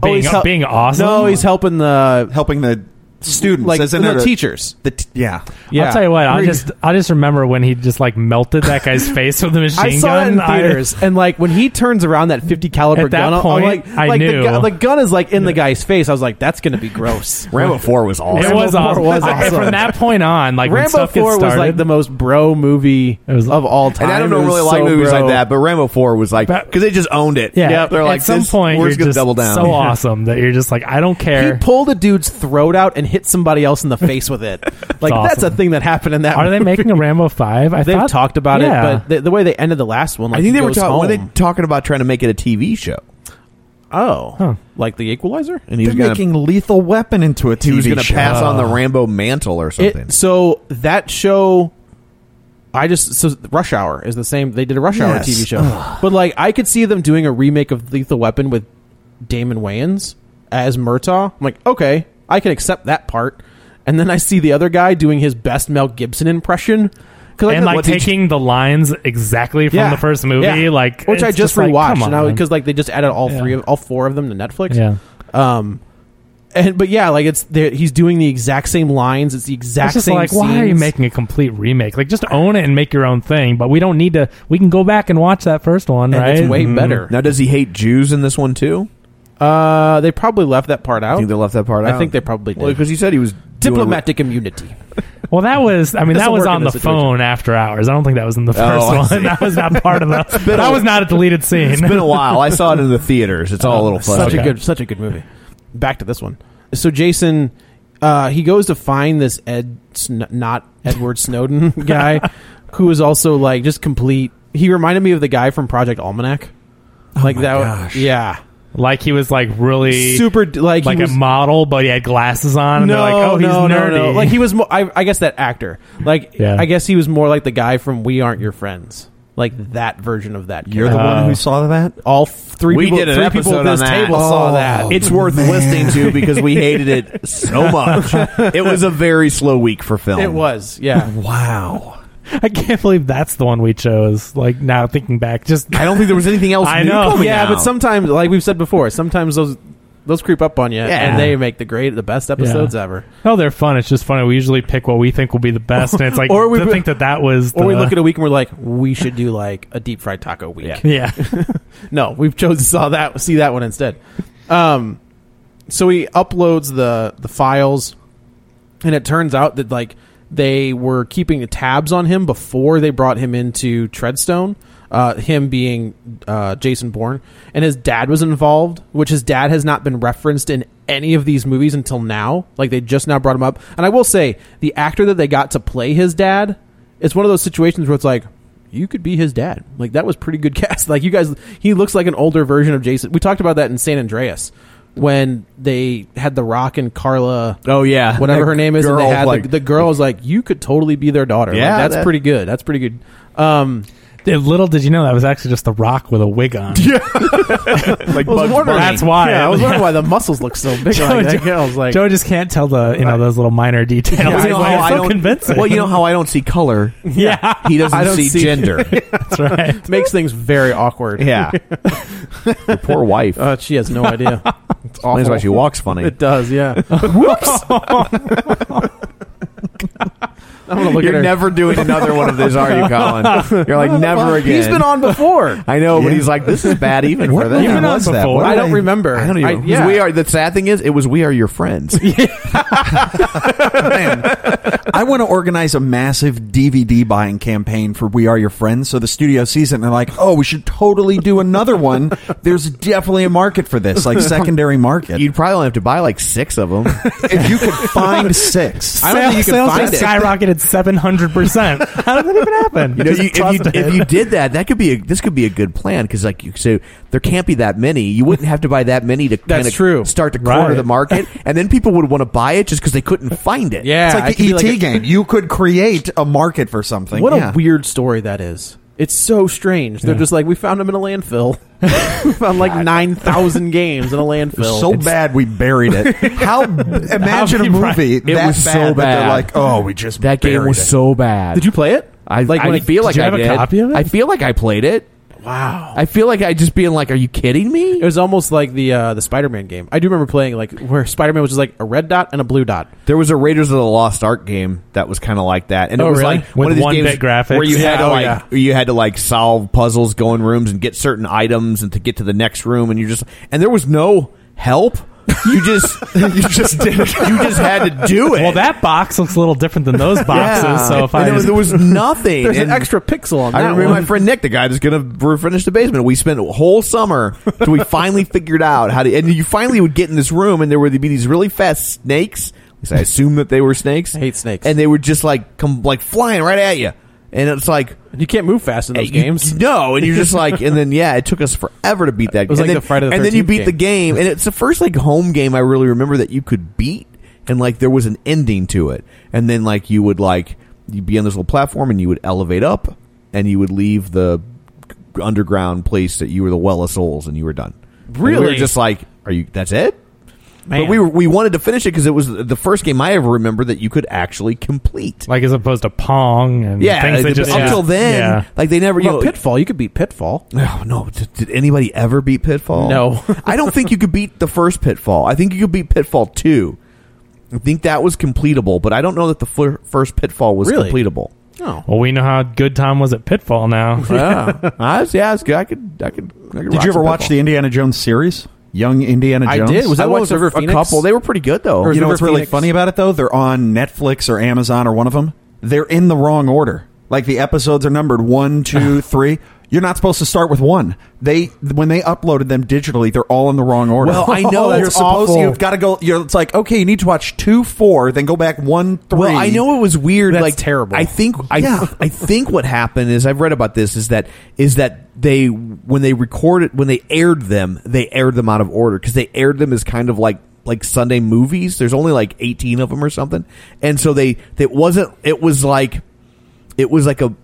S2: Being-
S3: he's
S2: being awesome?
S3: No, he's helping
S4: uh,
S3: the
S1: Helping the students,
S3: like
S1: isn't
S3: the
S1: it?
S3: teachers.
S1: The t- yeah.
S3: Yeah.
S2: I'll tell you what. I
S3: Where he-
S2: just I just remember when he just like melted that guy's face with a machine
S3: I saw
S2: gun.
S3: it in theaters, and like when he turns around that fifty caliber
S2: At that
S3: gun, I'm-
S2: point,
S3: I'm like,
S2: I
S3: like
S2: knew.
S3: the, gu- the gun is like in the guy's face. I was like, that's gonna be gross.
S4: Rambo 4 was awesome.
S2: it was
S3: Rambo
S2: awesome.
S3: four was
S2: Like,
S3: awesome.
S2: From that point on, like when
S3: Rambo
S2: stuff gets
S3: Four was
S2: started,
S3: like the most bro movie
S2: It was-
S3: of all time.
S4: And I don't know
S3: It was
S4: really like
S3: so
S4: movies
S3: bro.
S4: like that, but Rambo 4 was like,
S2: But-
S4: because they just owned it.
S2: yeah.
S4: They're like,
S2: at some
S4: this-
S2: point,
S4: we're
S2: you're
S4: just going to
S2: just
S4: double down.
S2: so awesome that you're just like, I don't
S3: He
S2: care.
S3: pulled a dude's throat out and hit somebody else in the face with it. Like
S2: It's
S3: that's a
S2: awesome.
S3: thing that happened in that.
S2: Are they
S3: movie.
S2: making a Rambo Five? I
S3: They've
S2: thought,
S3: talked about
S2: yeah.
S3: it, but the, the way they ended the last one, like
S4: I think
S3: he
S4: they were,
S3: goes
S4: talking.
S3: home.
S4: were they talking about trying to make it a TV show.
S3: oh,
S2: Huh.
S3: like the Equalizer.
S4: And he was
S1: They're
S4: going
S1: making Lethal Weapon into a TV
S4: to
S1: show.
S4: pass on the Rambo mantle or something.
S3: It, so that show, I just so Rush Hour is the same. They did a Rush Hour
S1: Yes.
S3: TV show, but like I could see them doing a remake of Lethal Weapon with Damon Wayans as Murtaugh. I'm like, okay, I can accept that part. And then I see the other guy doing his best Mel Gibson impression. 'Cause I
S2: and
S3: know-
S2: like
S3: what did
S2: taking the lines exactly from
S3: Yeah.
S2: the first movie,
S3: Yeah.
S2: like
S3: which I
S2: it's
S3: just,
S2: like,
S3: rewatched
S2: come on.
S3: because like they just added all three of all four of them to Netflix.
S2: Yeah.
S3: Um, and but yeah, like it's they're- he's doing the exact same lines. It's the
S2: It's
S3: exact
S2: just
S3: same.
S2: like, why are you
S3: scenes.
S2: making a complete remake? Like, just own it and make your own thing. But we don't need to. We can go back and watch that first one,
S3: And
S2: right?
S3: it's way
S2: Mm.
S3: better.
S4: Now, does he hate Jews in this one too?
S3: Uh, they probably left that part out.
S4: think they left that part
S3: I
S4: out.
S3: think they probably did.
S4: Well, 'cause you said he was doing-
S3: diplomatic immunity.
S2: Well, that was. I mean,
S3: Doesn't
S2: that was
S3: work in
S2: on the
S3: this situation. Oh,
S2: phone after hours. I don't think that was in the first
S4: I
S2: one.
S4: see.
S2: That was not part of the.
S4: been
S2: that
S4: a-
S2: was not a deleted scene.
S4: It's been a while. I saw it in the theaters. It's all a little fuzzy.
S3: Such a good, such a good movie. Back to this one. So Jason, uh, he goes to find this Ed, Sn- not Edward Snowden guy, who is also like just complete. He reminded me of the guy from Project Almanac.
S4: Oh
S3: like that,
S2: gosh.
S3: yeah,
S2: Like he was like really
S3: super d- like
S2: like
S3: he was,
S2: a model, but he had glasses on. And
S3: no,
S2: they're like, oh, he's
S3: no,
S2: nerdy.
S3: no, no. Like he was, mo- I, I guess that actor. Like
S2: Yeah.
S3: I guess he was more like the guy from We Aren't Your Friends. Like that version of that.
S1: You're the
S3: character.
S1: one who saw that.
S3: all f- three
S4: we
S3: people,
S4: did an
S3: three
S4: episode
S3: people at this
S4: on that.
S3: table Oh, saw that.
S4: It's worth listening to because we hated it so much. it was a very slow week for film.
S3: It was, yeah.
S4: Wow.
S2: I can't believe that's the one we chose. Like now thinking back, just
S4: I don't think there was anything else.
S2: I
S4: new
S2: know.
S4: coming
S3: yeah,
S4: out.
S3: but sometimes, like we've said before, sometimes those those creep up on you,
S4: Yeah.
S3: and they make the great, the best episodes ever.
S2: oh, they're fun. It's just funny. We usually pick what we think will be the best, and it's like
S3: Or
S2: or
S3: we-
S2: we think that that was.
S3: Or we
S2: the-
S3: look at a week and we're like, we should do like a deep fried taco week.
S2: yeah.
S3: No, we've chosen saw that see that one instead. Um, so he uploads the the files, and it turns out that like they were keeping tabs on him before they brought him into Treadstone. Uh, him being uh, Jason Bourne, and his dad was involved, which his dad has not been referenced in any of these movies until now. Like they just now brought him up, and I will say the actor that they got to play his dad, it's one of those situations where it's like, you could be his dad. Like that was pretty good cast. Like you guys, he looks like an older version of Jason. We talked about that in San Andreas when they had The Rock and Carla.
S4: Oh, yeah.
S3: whatever
S4: That
S3: her name is. and
S4: girl,
S3: they had the,
S4: like-
S3: the girl was like, you could totally be their daughter. Like,
S4: Yeah,
S3: that's
S4: that-
S3: pretty good. That's pretty good. Um,
S2: Yeah, Little did you know that was actually just the Rock with a wig on. Yeah,
S4: like
S3: I was
S4: Bugs
S3: wondering-
S4: Bunny.
S2: That's why.
S3: Yeah, I was wondering why the muscles look so big.
S2: Joe,
S3: like that.
S2: Joe-
S3: I was like,
S2: Joe just can't tell the you know those little minor details.
S4: Well,
S2: He's like,
S4: how
S2: it's
S4: I
S2: so
S4: don't-
S2: convincing.
S4: Well, you know how I don't see color.
S2: yeah,
S4: He doesn't
S3: I don't
S4: see,
S3: see-
S4: gender.
S2: that's right.
S3: makes things very awkward.
S4: yeah. Your poor wife.
S3: Uh, she has no idea. It's awful.
S4: That's why she walks funny.
S3: It does, yeah. Whoops. I'm gonna look at
S4: You're
S3: her.
S4: never doing another one of these, are you, Colin? You're like never again.
S3: He's been on before.
S4: I know, but he's like, this is bad even for them.
S2: You've been on
S4: What's that?
S2: before.
S4: What
S3: I
S4: did
S3: don't remember.
S4: I don't even.
S3: I-
S4: 'cause
S3: yeah.
S4: We are. The sad thing is, it was we are your friends.
S1: I want to organize a massive DVD buying campaign for We Are Your Friends. So the studio sees it and they're like, oh, we should totally do another one. There's definitely a market for this, like secondary market.
S4: You'd probably only have to buy like six of them.
S1: if you could find six.
S3: I don't think you can
S2: sales
S3: find
S2: just
S3: it.
S2: skyrocketed seven hundred percent. How did that even happen?
S4: You know,
S2: Just
S4: you, if,
S2: trust
S4: you,
S2: it.
S4: if you did that, that could be a, this could be a good plan because like you so there can't be that many. You wouldn't have to buy that many to
S3: That's
S4: kinda
S3: true.
S4: start to corner
S2: Right.
S4: the market, and then people would want to buy it just because they couldn't find it.
S3: Yeah,
S1: It's
S3: I
S1: like
S3: could
S1: the ET
S3: be like E a-
S1: game. You could create a market for something.
S3: What
S1: Yeah.
S3: a weird story that is. It's so strange. They're just like, we found him in a landfill. we found like 9,000 games in a landfill.
S1: So
S3: It's-
S1: bad we buried it. How imagine a
S2: How- right.
S1: movie
S2: It
S1: that
S4: was so
S1: bad, that they're
S4: bad.
S1: like, oh, we just
S4: that game
S1: buried
S4: was
S1: it.
S4: so bad.
S3: Did you play it?
S4: I like.
S3: when
S4: I
S3: it-
S4: feel
S2: did
S4: like
S2: you
S4: I
S2: have a
S4: did.
S2: copy of it?
S4: I feel like I played it.
S3: Wow.
S4: I feel like I just being like, "Are you kidding me?"
S3: It was almost like the uh, the Spider Man game. I do remember playing like where Spider Man was just like a red dot and a blue dot.
S4: There was a Raiders of the Lost Ark game that was kind of like that, and it
S3: Oh,
S4: was
S3: really?
S4: like
S2: With
S4: one of these
S2: one-bit
S4: games
S2: graphics.
S4: where you had
S3: Yeah,
S4: to
S3: oh,
S4: like
S3: yeah.
S4: where you had to like solve puzzles, go in rooms, and get certain items, and to get to the next room, and you just and there was no help. You just you just did, you just had to do it.
S2: well, that box looks a little different than those boxes. So if
S4: And
S2: I
S4: there was, there was nothing.
S3: There's an
S4: and-
S3: extra pixel on
S4: I
S3: that
S4: remember
S3: one.
S4: my friend Nick, the guy that's going to finish the basement. We spent a whole summer till we finally figured out how to. And you finally would get in this room, and there would be these really fast snakes. At least I assume that they were snakes.
S3: I hate snakes.
S4: And they would just like come like flying right at you, and it's like.
S3: You can't move fast in those
S4: you-
S3: games.
S4: no, and you're just like, and then yeah, it took us forever to beat that.
S3: was
S4: game.
S3: like
S4: and
S3: the Friday the
S4: and then you
S3: 13th
S4: beat the game, and it's the first like home game I really remember that you could beat, and like there was an ending to it, and then like you would like you'd be on this little platform, and you would elevate up, and you would leave the underground place that you were the well of souls, and you were done. And we were
S3: Really?
S4: just like, are you? That's it. But we were, we wanted to finish it because it was the first game I ever remember that you could actually complete.
S2: Like as opposed to Pong and
S4: yeah,
S2: things that
S4: it-
S2: just
S4: until then,
S2: Yeah.
S4: like they never. You
S2: Well,
S4: know,
S3: Pitfall, you could beat Pitfall.
S4: Oh, no, did, did anybody ever beat Pitfall?
S3: No.
S4: I don't think you could beat the first Pitfall. I think you could beat Pitfall two. I think that was completable, but I don't know that the fir- first Pitfall was
S2: Really?
S4: completable.
S3: Oh.
S2: Well, we know how good Tom was at Pitfall now.
S4: Yeah, I was, Uh, yeah, I, was good. I could, I could. I could
S1: Did you ever watch the Indiana Jones series? Young Indiana
S4: I
S1: Jones.
S4: did. Was that one with
S1: a-
S4: River
S1: a
S4: Phoenix?
S1: couple.
S4: They were pretty good though.
S1: You
S4: River
S1: know what's really
S4: Phoenix.
S1: funny about it though? They're on Netflix or Amazon or one of them. They're in the wrong order. Like the episodes are numbered one, two, three. You're not supposed to start with one. They when they uploaded them digitally, they're all in the wrong order.
S4: Well, I know,
S1: you're
S4: that's
S1: supposed
S4: awful.
S1: you've got to go. You're it's like okay, you need to watch two, four, then go back one, three.
S4: Well, I know it was weird. like
S1: terrible.
S4: I think I
S1: Yeah.
S4: I think what happened is I've read about this is that is that they when they recorded when they aired them they aired them out of order because they aired them as kind of like like Sunday movies. There's only like 18 of them or something, and so they it wasn't it was like it was like a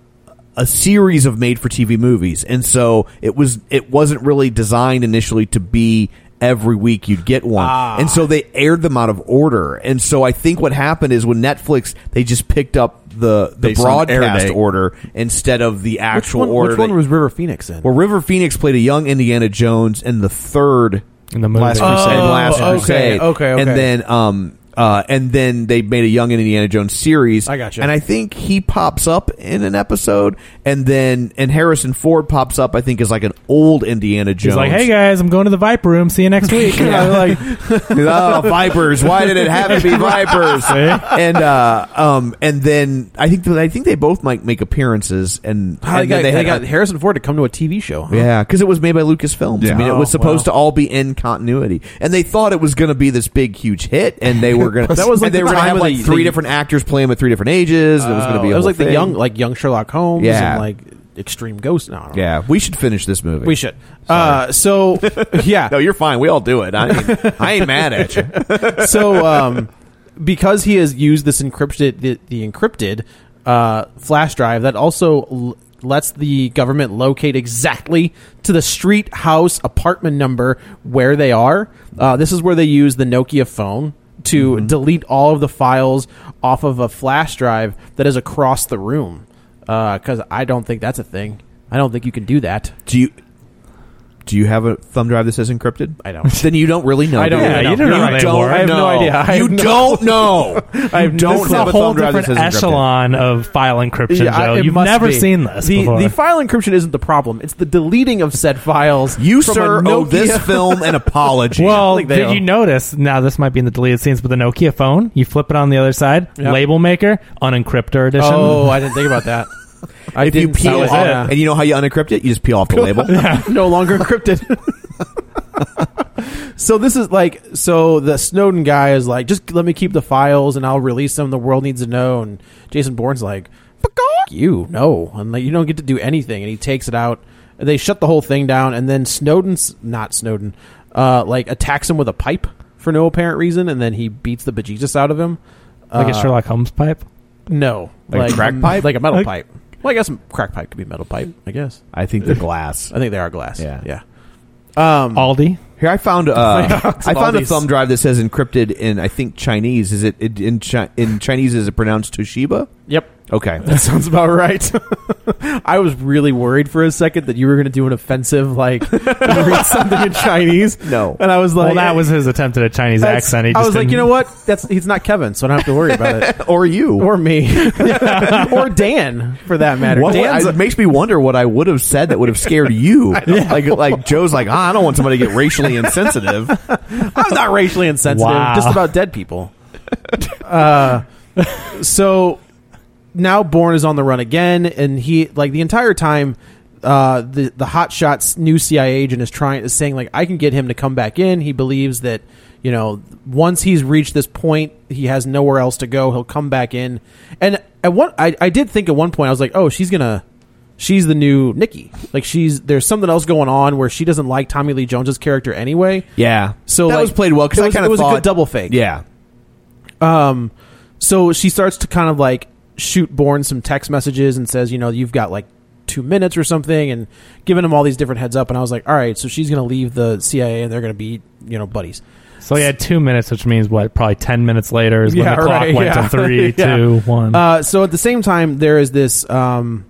S4: a series of made for TV movies, and so it was it wasn't really designed initially to be every week you'd get one,
S1: Ah.
S4: and so they aired them out of order, and so I think what happened is when Netflix they just picked up the the
S1: Based on air
S4: broadcast
S1: date.
S4: order instead of the actual
S3: which one,
S4: order.
S3: which one
S4: that-
S3: was River Phoenix in?
S4: well, River Phoenix played a young Indiana Jones in the third
S2: in the movie.
S4: Last
S3: Oh,
S4: Crusade, Last
S3: okay,
S4: Crusade,
S3: okay, okay.
S4: and then um uh and then they made a young Indiana Jones series.
S3: I gotcha.
S4: And I think he pops up in an episode, and then and Harrison Ford pops up. I think as like an old Indiana Jones.
S2: Oh. He's like, "Hey guys, I'm going to the Viper Room. See you next week." And I'm like,
S4: oh, vipers! Why did it have to be vipers? and uh, um, and then I think that I think they both might make appearances, and,
S3: How they
S4: and
S3: got,
S4: then
S3: they
S4: had-
S3: got Harrison Ford to come to a TV show. huh?
S4: Yeah, because it was made by Lucasfilms. I
S1: Yeah.
S4: mean, it was
S3: Oh,
S4: supposed to
S3: wow.
S4: all be in continuity, and they thought it was going to be this big, huge hit, and they were going to.
S3: That was like
S4: they
S3: the
S4: were going to
S3: time
S4: have
S3: when
S4: like
S3: they-
S4: three
S3: they-
S4: different actors playing with three different ages. and it was going to be.
S3: Oh,
S4: A
S3: it was
S4: whole
S3: like the
S4: thing.
S3: young, like young Sherlock Holmes,
S4: Yeah.
S3: and like extreme ghost. No, I don't know.
S4: Yeah, we should finish this movie.
S3: we should. Uh, so yeah,
S4: No, you're fine. We all do it. I, ain't- I ain't mad at you.
S3: so um, because he has used this encrypted the, the encrypted uh, flash drive that also l- lets the government locate exactly to the street house apartment number where they are uh, this is where they use the nokia phone to
S4: Mm-hmm.
S3: delete all of the files off of a flash drive that is across the room because i don't think that's a thing i don't think you can do that
S4: Do you? Do you have a thumb drive that says encrypted?
S3: I don't.
S4: Then you don't really know.
S3: I don't
S4: do
S3: really know.
S2: you don't know
S4: You
S2: that
S4: don't
S2: anymore. I have no
S4: know.
S2: idea. I
S4: you
S2: have no-
S4: don't know.
S2: I have
S4: don't
S2: this is
S4: have a
S2: a whole
S4: thumb drive that
S2: different
S4: says encrypted.
S2: echelon of file encryption,
S3: Yeah,
S2: Joe.
S3: it
S2: You've
S3: must
S2: never
S3: be.
S2: seen this
S3: The,
S2: before.
S3: the file encryption isn't the problem; it's the deleting of said files.
S4: You
S3: from a
S4: sir owe
S3: Nokia-
S4: this film an apology.
S2: well,
S3: like they
S2: did
S3: own.
S2: you notice? Now this might be in the deleted scenes, but the Nokia phone. You flip it on the other side.
S3: Yep.
S2: Label maker, unencryptor edition.
S3: Oh, I didn't think about that. I
S4: if you
S3: didn't
S4: peel
S3: see
S4: off,
S3: it. Yeah.
S4: and you know how you unencrypt it, you just peel off the label.
S3: no longer encrypted. so this is like so the Snowden guy is like, just let me keep the files and I'll release them. The world needs to know. And Jason Bourne's like, fuck you no, and like you don't get to do anything. And he takes it out. And They shut the whole thing down, and then Snowden's not Snowden, uh, like attacks him with a pipe for no apparent reason, and then he beats the bejesus out of him.
S2: like a
S3: Uh,
S2: Sherlock Holmes pipe.
S3: No,
S4: Like a crack
S3: um,
S4: pipe?
S3: like a metal
S2: Like-
S3: pipe. Well, I guess crack pipe could be metal pipe. I guess.
S4: I think the glass.
S3: I think they are glass.
S4: Yeah.
S3: yeah. Um,
S2: Aldi.
S4: Here I found uh,
S3: It's
S4: I found a
S3: Aldi's.
S4: thumb drive that says encrypted in I think Chinese. Is it, it in chi- in Chinese? Is it pronounced Toshiba?
S3: Yep.
S4: Okay,
S3: That sounds about right. I was really worried for a second that you were going to do an offensive, like read something in Chinese.
S4: No.
S3: and I was like,
S2: Well, that was his attempt at a Chinese
S3: that's-
S2: accent. He
S3: I
S2: just
S3: was like,
S2: didn't-
S3: you know what? That's he's not Kevin, so I don't have to worry about it.
S4: or you?
S3: Or me, or Dan, for that matter.
S4: What-
S3: Dan's
S4: I- it makes me wonder what I would have said that would have scared you. like like Joe's like ah, I don't want somebody to get racially insensitive.
S3: I'm not racially insensitive.
S2: Wow.
S3: Just about dead people. uh, so now Bourne is on the run again, and he like the entire time. Uh, the the hotshots new CIA agent is trying is saying like I can get him to come back in. He believes that you know once he's reached this point, he has nowhere else to go. He'll come back in. And at one, I I did think at one point I was like, oh, she's gonna she's the new Nikki. Like she's there's something else going on where she doesn't like Tommy Lee Jones's character anyway.
S4: Yeah,
S3: So,
S4: that
S3: like,
S4: was played well because
S3: it
S4: I
S3: was-
S4: kind
S3: it
S4: of
S3: was a good double fake.
S4: Yeah,
S3: Um, so she starts to kind of like shoot Bourne some text messages and says, you know, you've got like two minutes or something, and giving him all these different heads up. And I was like, all right, so she's gonna leave the CIA and they're gonna be you know buddies.
S2: So he had two minutes, which means what? Probably ten minutes later is when the clock
S3: right,
S2: went
S3: yeah.
S2: to three, two,
S3: Yeah.
S2: one.
S3: Uh, so at the same time, there is this. Um,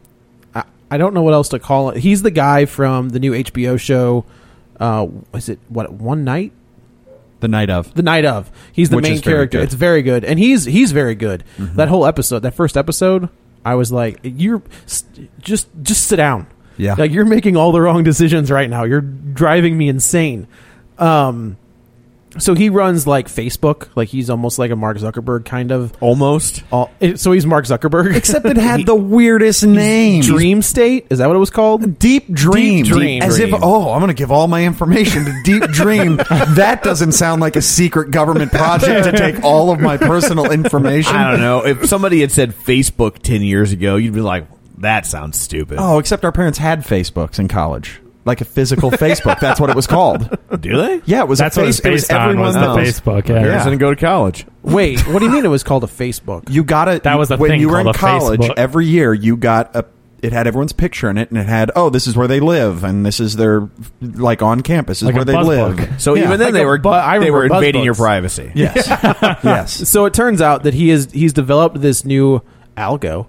S3: I, I don't know what else to call it. He's the guy from the new HBO show. Uh, is it what one night?
S1: The night of.
S3: The night of. He's the
S1: Which
S3: main
S1: is very
S3: character.
S1: good. Mm-hmm.
S3: It's very good, and he's he's very good. That whole episode, that first episode, I was like, "You're st- just just sit down."
S1: Yeah.
S3: like you're making all the wrong decisions right now. You're driving me insane. Um, so he runs like Facebook, like he's almost like a Mark Zuckerberg kind of
S1: almost.
S3: All, it- so he's Mark Zuckerberg,
S1: Except it had the weirdest name.
S3: Dream State. Is that what it was called?
S1: Deep Dream.
S3: Deep Dream.
S1: As if,
S3: Dream.
S1: oh, I'm going to give all my information to Deep Dream. that doesn't sound like a secret government project to take all of my personal information.
S4: I don't know. If somebody had said Facebook 10 years ago, you'd be like, that sounds stupid.
S1: Oh, except our parents had Facebooks in college. Like a physical Facebook. That's what it was called.
S4: do they?
S1: Yeah, it was
S2: That's
S1: a
S2: what it's
S1: face, it was
S2: based on was the
S1: everyone knows.
S2: Facebook. Yeah.
S1: Yeah.
S4: Didn't go to college.
S3: Wait, what do you mean it was called a Facebook?
S1: You got it.
S2: That was a
S1: when
S2: thing
S1: you were in
S2: called a
S1: college.
S2: Facebook.
S1: Every year, you got a. It had everyone's picture in it, and it had oh, this is where they live, and this is their like on campus is
S2: Like a
S1: where they
S2: buzz
S1: live.
S2: book.
S4: So even then,
S3: Like
S4: they
S3: a
S4: were
S3: bu- I
S4: they were
S3: remember
S4: invading
S3: Buzzbugs.
S4: your privacy.
S1: yes, yes.
S3: So it turns out that he is he's developed this new algo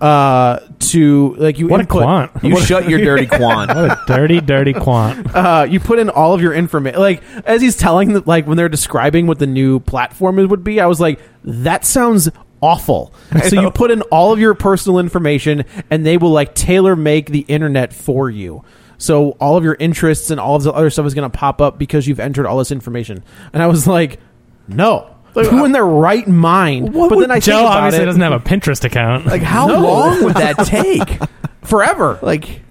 S3: uh to like you
S2: What a
S3: input,
S2: quant.
S4: You shut your dirty quant.
S2: What a dirty, dirty quant.
S3: uh you put in all of your information like as he's telling the, like when they're describing what the new platform it would be i was like that sounds awful so you put in all of your personal information and they will like tailor make the internet for you so all of your interests and all of the other stuff is going to pop up because you've entered all this information and i was like no
S2: uh,
S3: who in their right mind but then i
S2: Joe
S3: think about
S2: obviously
S3: it,
S2: doesn't have a Pinterest account.
S4: Like, how
S3: No.
S4: long would that take?
S3: forever
S4: like,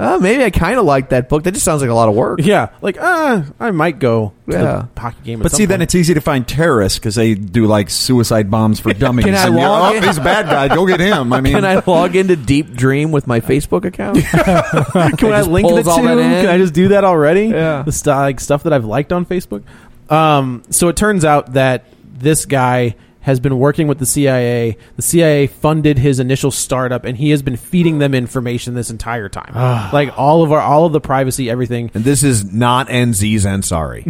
S4: oh, maybe I kind of like that book. That just sounds like a lot of work.
S3: Yeah, like uh, I might go to
S4: Yeah.
S3: the hockey game. at
S1: But
S3: some
S1: see, then
S3: point.
S1: it's easy to find terrorists because they do like suicide bombs for dummies.
S4: Can I
S1: and you're,
S4: log
S1: "Oh,
S4: in?"
S1: he's a bad guy. Go get him. I mean,
S4: Can I log into Deep Dream with my Facebook account?
S3: can I
S4: just
S3: link
S4: pulls
S3: the
S4: all
S3: two?
S4: that in?
S3: Can I just do that already?
S4: Yeah.
S3: the st- like, stuff that I've liked on Facebook. Um, so it turns out that this guy has been working with the CIA. The CIA funded his initial startup, and he has been feeding them information this entire time. like all of our, all of the privacy, everything.
S4: and this is not NZ's Ansari.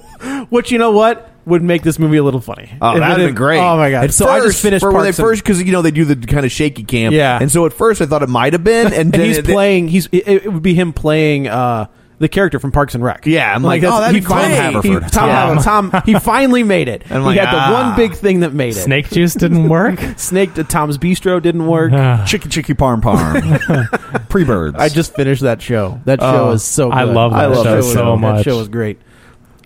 S3: No, which you know what would make this movie a little funny.
S4: Oh,
S3: It
S4: that'd
S3: would've-
S4: been great.
S3: Oh my god!
S4: At
S3: so
S4: first,
S3: I just finished
S4: for when they
S3: Parks and-
S4: first because you know they do the kind of shaky cam.
S3: Yeah.
S4: and so at first I thought it might have been, and,
S3: and
S4: then
S3: he's
S4: it-
S3: playing. He's it, it would be him playing uh, the character from Parks and Rec.
S4: Yeah, I'm like,
S3: that's-
S4: oh, that'd
S3: he
S4: be great.
S3: finally- he-
S4: Haverford.
S3: Tom,
S4: Yeah.
S3: Haverford, Tom, he finally made it.
S4: I'm
S3: he
S4: like,
S3: had the
S4: ah.
S3: one big thing that made it.
S2: Snake juice didn't work.
S3: Snake to Tom's Bistro didn't work.
S1: chicky chicky parm parm? Pre birds.
S3: I just finished that show. That show
S4: Oh,
S3: is so. Good.
S2: I love that
S4: show
S3: that
S4: so
S3: That
S2: much.
S3: show was great.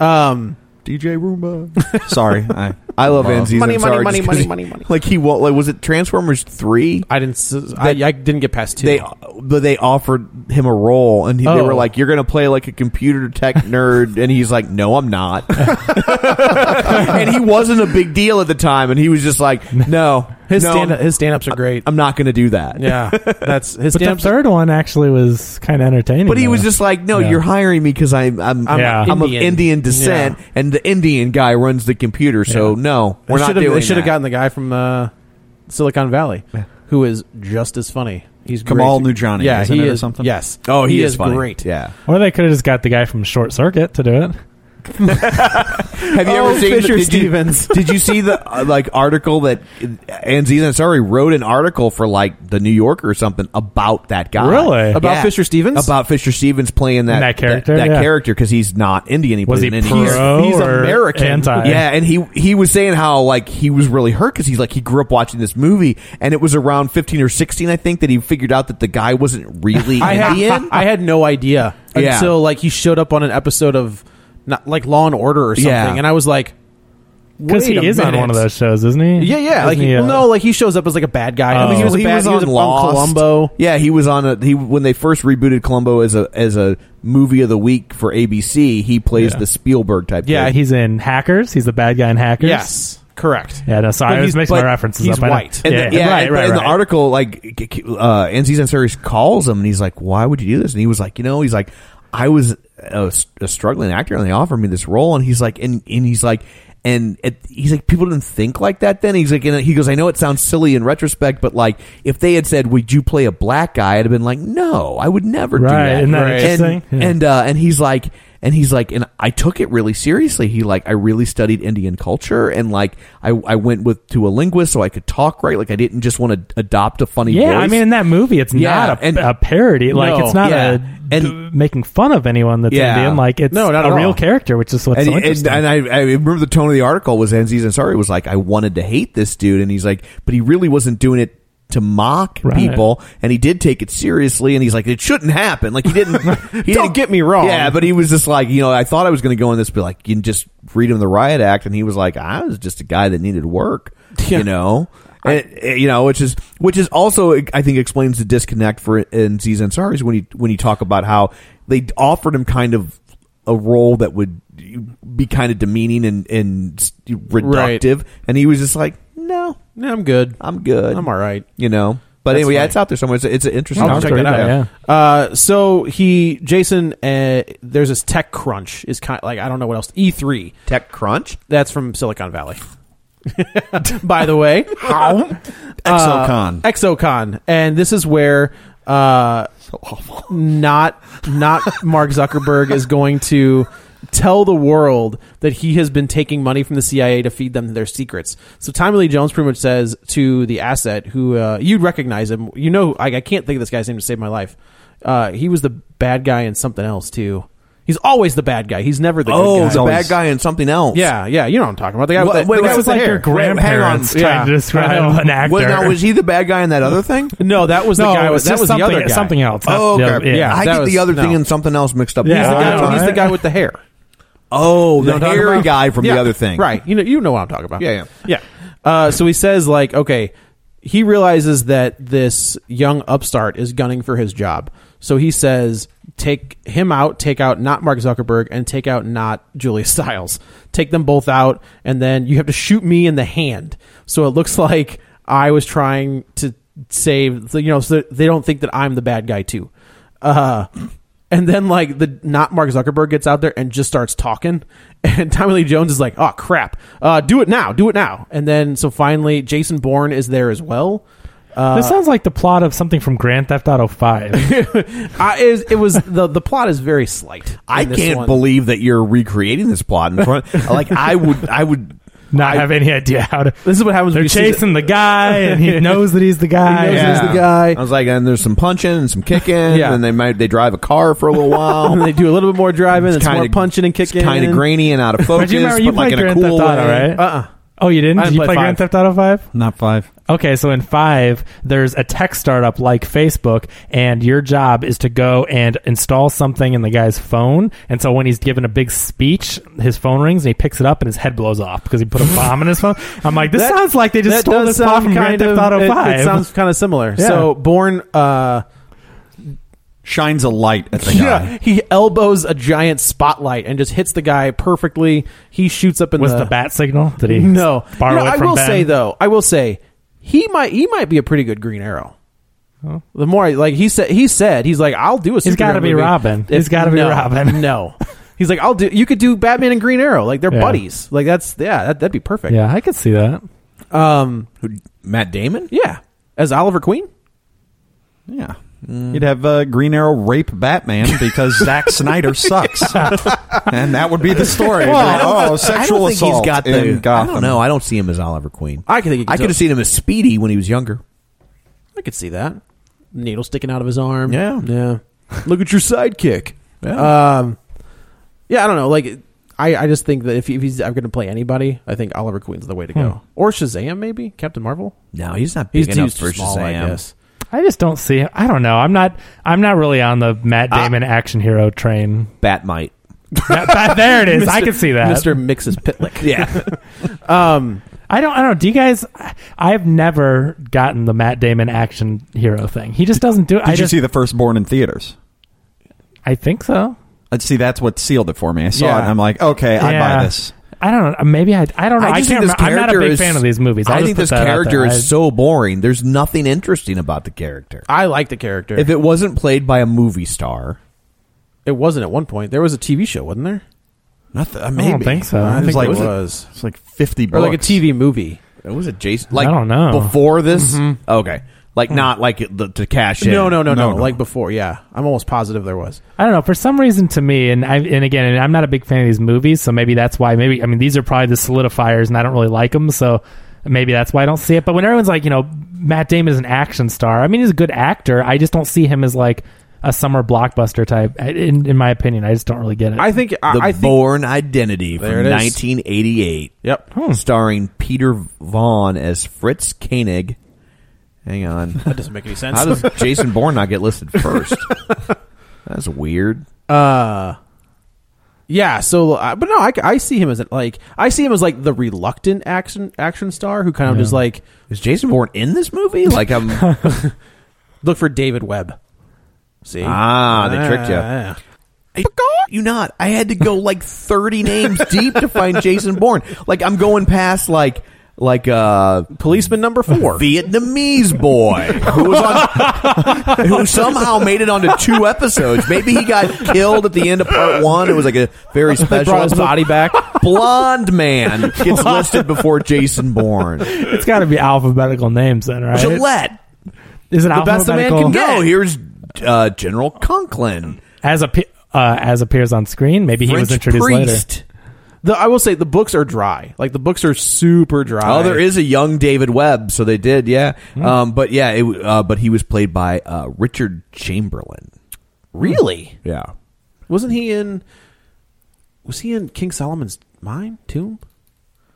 S3: Um,
S1: DJ Roomba. Sorry, I
S4: I love NZ's
S3: Money, money,
S4: Ansari
S3: money,
S4: just 'cause
S3: money,
S4: he-
S3: money, money.
S4: Like he won't. Like was it Transformers three?
S3: I didn't. s- I, I didn't get past two.
S4: They but they offered him a role, and he, they
S3: Oh.
S4: were like, "You're going to play like a computer tech nerd," and he's like, "No, I'm not." and he wasn't a big deal at the time, and he was just like, "No,
S3: his
S4: no,
S3: stand his stand ups are great.
S4: I'm not going to do that."
S3: yeah, that's his
S2: But the
S3: stand ups.
S2: third one actually was kind of entertaining.
S4: But he was
S2: though.
S4: just like, no,
S2: Yeah.
S4: you're hiring me because I'm I'm I'm,
S2: Yeah.
S4: I'm of
S3: Indian.
S4: Indian descent,
S3: Yeah.
S4: and the Indian guy runs the computer. So no, we're
S3: they
S4: not
S3: should've-
S4: doing.
S3: They should have
S4: that.
S3: gotten the guy from uh, Silicon Valley, who is just as funny. He's
S1: Kamal
S3: great.
S1: Nujani,
S3: Yeah,
S1: isn't
S3: he
S1: it, or
S3: is-
S1: something?
S3: Yes.
S4: Oh, he,
S3: is,
S4: funny.
S3: great.
S4: Yeah.
S2: Or they could have just got the guy from Short Circuit to do it.
S4: Have you
S3: Oh,
S4: ever seen
S3: Fisher
S4: did you-
S3: Stevens.
S4: did you see the uh, like article that uh, Aziz Ansari wrote an article for like the New Yorker or something about that guy?
S2: Really?
S3: About Fisher Stevens?
S4: About Fisher Stevens playing that
S2: And that character,
S4: That,
S2: yeah.
S4: character because he's not Indian. He
S2: Was
S4: plays
S2: he
S4: an Indian.
S2: pro
S4: he's, he's
S2: or
S4: American.
S2: anti?
S4: Yeah, and he he was saying how like he was really hurt because he's like he grew up watching this movie and it was around fifteen or sixteen I think that he figured out that the guy wasn't really
S3: I
S4: Indian.
S3: had, I had no idea
S4: Yeah.
S3: until like he showed up on an episode of not like Law and Order or something,
S4: Yeah.
S3: and I was like,
S2: Because he
S3: wait a
S2: is on
S3: minute.
S2: one of those shows, isn't he?
S3: Yeah, yeah. Like,
S2: Isn't
S3: he,
S2: uh,
S3: well, no, like he shows up as like a bad guy. I mean,
S4: Oh.
S3: he was, a bad, he was on Columbo.
S4: Yeah, he was on a he when they first rebooted Columbo as a as a movie of the week for ABC. He plays
S2: Yeah.
S4: the Spielberg type.
S2: yeah,
S4: character.
S2: he's in Hackers. He's the bad guy in Hackers.
S3: Yes, correct.
S2: Yeah, no, sorry,
S4: But
S2: I was
S4: he's-
S2: mixing my
S4: but
S2: references
S3: he's
S2: up. I know.
S3: white.
S4: And
S2: yeah,
S4: the, yeah,
S2: right,
S4: and-
S2: right,
S4: and
S2: right.
S4: the article, like, g- g- uh, NC Sensories calls him and he's like, why would you do this? And he was like, you know, he's like, I was a, s- a struggling actor and they offered me this role. And he's like, and, and he's like, and it, he's like, people didn't think like that then. He's like, and he goes, I know it sounds silly in retrospect, but like, if they had said, would you play a black guy? I'd have been like, no, I would never do
S2: Right,
S4: that.
S2: isn't that Right.
S4: And,
S2: interesting? Yeah.
S4: and, uh, and he's like, And he's like, and I took it really seriously. He like, I really studied Indian culture, and like, I, I went with to a linguist so I could talk right. Like, I didn't just want to adopt a funny.
S2: yeah,
S4: voice.
S2: I mean, in that movie, it's
S4: Yeah,
S2: not a,
S4: and-
S2: a parody. Like,
S4: No,
S2: it's not
S4: yeah.
S2: a d- making fun of anyone that's
S4: Yeah.
S2: Indian. Like, it's
S4: No, not
S2: a
S4: at
S2: real
S4: all.
S2: character, which is what's
S4: and,
S2: so
S4: and-
S2: interesting.
S4: and I, I remember the tone of the article was Aziz Ansari was like, I wanted to hate this dude, and he's like, but he really wasn't doing it to mock
S2: Right.
S4: people, and he did take it seriously, and he's like, it shouldn't happen. Like he didn't. He
S3: Don't
S4: didn't,
S3: get me wrong.
S4: Yeah, but he was just like, you know, I thought I was going to go in this, but like, you can just read him the riot act, and he was like, I was just a guy that needed work, you know. And, eh, you know, which is which is also I think explains the disconnect for Aziz Ansari is when you when you talk about how they offered him kind of a role that would be kind of demeaning and, and reductive. And he was just like, no,
S3: no, I'm good.
S4: I'm good.
S3: I'm all right.
S4: You know. But
S3: That's
S4: anyway, yeah,
S3: fine.
S4: it's out there somewhere. It's, it's an interesting.
S3: I'll check
S4: article.
S3: that out. Uh, so he, Jason, uh, there's this Tech Crunch is kind like I don't know what else. E three
S4: Tech Crunch.
S3: That's from Silicon Valley. By the way,
S1: Exocon.
S3: Uh, Exocon, and this is where uh, not not Mark Zuckerberg is going to tell the world that he has been taking money from the CIA to feed them their secrets. So Tommy Lee Jones pretty much says to the asset, who uh, you'd recognize him, you know, I, I can't think of this guy's name to save my life. Uh, he was the bad guy in something else too. He's always the bad guy. He's never the
S4: Oh,
S3: good guy.
S4: the bad guy and something else.
S3: Yeah, yeah, you know what I'm talking about. The guy
S4: Wha-
S3: with the,
S4: wait,
S3: the guy
S4: what's
S3: with
S4: the
S3: the
S4: hair?
S3: hair.
S2: grandparents
S3: Hang on.
S2: trying to describe an actor.
S4: Was, now, was he the bad guy in that other thing?
S3: No, that was the
S2: No,
S3: guy.
S2: it
S3: With,
S2: was
S3: that
S2: just
S3: was the
S2: something-
S3: other guy.
S2: something else.
S4: Oh,
S2: That's-
S4: okay.
S2: yeah,
S3: yeah,
S4: I
S3: that
S4: get
S3: was-
S4: the other thing
S3: no.
S4: and something else mixed up.
S3: He's,
S2: Yeah.
S3: the
S2: Oh,
S3: guy, he's the
S2: alright.
S3: guy with the hair.
S4: Oh, the
S3: You know what I'm talking
S4: hairy
S3: about?
S4: guy from
S3: Yeah,
S4: the other thing.
S3: Right. You know you know what I'm talking about.
S4: Yeah,
S3: Yeah. Uh, so he says like, okay, he realizes that this young upstart is gunning for his job. So he says, take him out, take out not Mark Zuckerberg and take out not Julia Stiles. Take them both out and then you have to shoot me in the hand. So it looks like I was trying to save, you know, so that they don't think that I'm the bad guy too. Uh, and then like the not Mark Zuckerberg gets out there and just starts talking, and Tommy Lee Jones is like, "Oh crap, uh, do it now, do it now!" And then so finally, Jason Bourne is there as well.
S4: Uh,
S2: this sounds like the plot of something from Grand Theft Auto Five.
S3: I, it, was- it was the the plot is very slight. in
S4: I
S3: this
S4: can't
S3: one.
S4: believe that you're recreating this plot in front. like I would, I would.
S2: Not have any idea how to.
S3: this is what happens.
S2: They're
S3: when you see
S2: chasing the guy, and he knows that he's the guy.
S3: He knows
S2: Yeah.
S3: he's the guy.
S4: I was like, and there's some punching and some kicking,
S3: Yeah.
S4: and they might they drive a car for a little
S3: the-
S4: while.
S3: um, and they do a little bit more driving. It's, more
S4: kinda-
S3: punching and kicking.
S4: It's kind of grainy and out of focus,
S2: But you remember you
S4: but like
S2: played
S4: in a
S2: Grand
S4: cool
S2: Theft Auto,
S4: way.
S2: right?
S3: Uh. uh
S2: Oh, you didn't?
S3: I
S2: Did
S3: didn't
S2: you
S3: play
S2: play,
S3: five.
S2: Grand Theft Auto Five?
S5: Not five.
S2: Okay, so in five, there's a tech startup like Facebook, and your job is to go and install something in the guy's phone. And so when he's given a big speech, his phone rings and he picks it up, and his head blows off because he put a bomb in his phone. I'm like, this
S3: That-
S2: sounds like they just
S3: that
S2: stole
S3: does
S2: this plot
S3: sound
S2: from Grand
S3: kind
S2: Theft
S3: of-
S2: Auto
S3: it-
S2: Five.
S3: It, sounds kind of similar.
S2: Yeah.
S3: So Bourne. Uh,
S1: Shines a light at the
S3: yeah,
S1: guy.
S3: he elbows a giant spotlight and just hits the guy perfectly. He shoots up in
S2: was
S3: the,
S2: the bat signal? Did he?
S3: No,
S2: borrow
S3: You know,
S2: it
S3: I
S2: from
S3: will
S2: Ben?
S3: say though, I will say he might he might be a pretty good Green Arrow. The more I, like he said, he said he's like I'll do a.
S2: He's gotta
S3: superhero
S2: be
S3: movie
S2: Robin.
S3: if-
S2: He's gotta be
S3: no,
S2: Robin.
S3: No, he's like I'll do. You could do Batman and Green Arrow, like they're
S2: Yeah.
S3: buddies. Like that's yeah, that, that'd be perfect.
S2: Yeah, I could see that.
S3: Um.
S4: Who, Matt Damon?
S3: Yeah. As Oliver Queen.
S1: Yeah. You'd have uh, Green Arrow rape Batman because Zack Snyder sucks, and that would be the story. oh, sexual
S4: I don't think
S1: assault
S4: he's got the.
S1: in Gotham.
S4: I don't know. I don't see him as Oliver Queen.
S3: I could think he could
S4: I could
S3: do-
S4: have seen him as Speedy when he was younger.
S3: I could see that needle sticking out of his arm.
S4: Yeah.
S3: Yeah. Look at your sidekick.
S2: Uh,
S4: Yeah.
S3: Um. Yeah, I don't know. Like, I, I just think that if, he- if he's ever going to play anybody, I think Oliver Queen's the way to go. Or Shazam, maybe Captain Marvel.
S4: No, he's not big
S3: He's,
S4: enough
S3: he's too
S4: for
S3: small, I
S4: Shazam.
S3: guess.
S2: I just don't see. I don't know. I'm not. I'm not really on the Matt Damon action hero train.
S4: Bat might.
S2: That- that- there it is. I could see that.
S3: Mister Mixes Pitlick.
S4: Yeah.
S2: I don't. I don't. Do you guys? I- I've never gotten the Matt Damon action hero thing. He just doesn't do it.
S1: Did
S2: I
S1: you
S2: just,
S1: see the firstborn in theaters?
S2: I think so.
S1: I'd see that's what sealed it for me. I saw
S3: Yeah.
S1: it. and I'm like, okay, I
S2: Yeah.
S1: buy this.
S2: I don't know. Maybe I. I don't know. I,
S4: just
S2: can't.
S4: think this
S2: remember. I'm not a
S4: character
S2: big
S4: is-
S2: fan of these movies. I'll
S4: I
S2: just
S4: think
S2: put
S4: this
S2: that out
S4: character
S2: there.
S4: is
S2: I-
S4: so boring. There's nothing interesting about the character.
S3: I like the character.
S4: If
S3: it,
S4: it wasn't played by a movie star,
S3: wasn't at one point, there was a TV show, wasn't there?
S4: nothing.
S2: I don't think so.
S1: It
S2: I think
S1: was like
S2: it was-
S3: was.
S1: It's like fifty
S3: Or
S1: bucks.
S3: like a TV movie.
S4: It was a Jason. Like
S2: I don't know.
S4: before this. Okay, Like not like it- the, to cash in.
S3: Mm-hmm. Hmm. No, no, no, no, Like before, yeah. I'm almost positive there was.
S2: I don't know. For some reason, to me, and I, and again, and I'm not a big fan of these movies, so maybe that's why. Maybe I mean these are probably the solidifiers, and I don't really like them, so maybe that's why I don't see it. But when everyone's like, you know, Matt Damon is an action star. I mean, he's a good actor. I just don't see him as like a summer blockbuster type. I- In in my opinion, I just don't really get it.
S3: I think I,
S4: the
S3: I think
S4: Born Identity from
S3: There it is. Hmm.
S4: 1988.
S3: Yep.
S4: Starring Peter Vaughn as Fritz Koenig. Hang on.
S3: that doesn't make any sense.
S4: How does Jason Bourne not get listed first? That's weird.
S3: Uh, yeah. So, uh, but no, I, I see him as like I see him as like the reluctant action action star who kind of just like
S4: Is Jason Bourne in this movie? Like I'm
S3: look for David Webb. See,
S4: Ah, they tricked ya.
S3: Yeah.
S4: I, you not. I had to go like 30 names deep to find Jason Bourne. Like I'm going past like like uh
S3: Policeman number four.
S4: Vietnamese boy who was on who somehow made it onto two episodes. Maybe he got killed at the end of part 1. It was like a very
S3: they
S4: special
S3: brought his body back.
S4: Blonde man gets listed before Jason Bourne.
S2: it's got to be alphabetical names, then, right?
S4: Gillette.
S2: is it
S4: The best a man
S2: alphabetical?
S4: can get. No, here's uh, General Conklin.
S2: as a uh, as appears on screen. Maybe he was
S4: French
S2: introduced later.
S4: priest.
S3: The, I will say the books are dry. Like the books are super dry.
S4: Oh, there is a young David Webb, so they did, yeah.
S3: Hmm.
S4: Um, but yeah, it, w- uh, but he was played by uh, Richard Chamberlain.
S3: really.
S4: Yeah,
S3: Wasn't he in? Was he in King Solomon's mine tomb?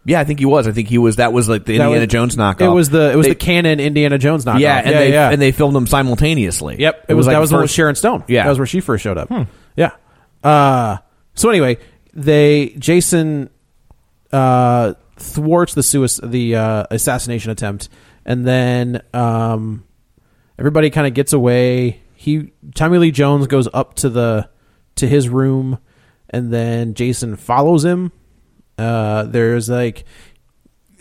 S4: yeah, I think he was. I think he was. That was like the
S3: That
S4: Indiana
S3: was-
S4: Jones knockoff.
S3: It was the it was
S4: They-
S3: the canon Indiana Jones knockoff.
S4: yeah, and
S3: yeah,
S4: they
S3: yeah.
S4: and they filmed them simultaneously.
S3: Yep, it, was, that was the Hmm. one with
S4: first-
S3: Sharon Stone.
S4: Yeah.
S3: that was where she first showed up. Yeah. Uh, so anyway, they Jason uh, thwarts the suicide, the uh, assassination attempt, and then um, everybody kind of gets away. He Tommy Lee Jones goes up to the to his room, and then Jason follows him. Uh, there's like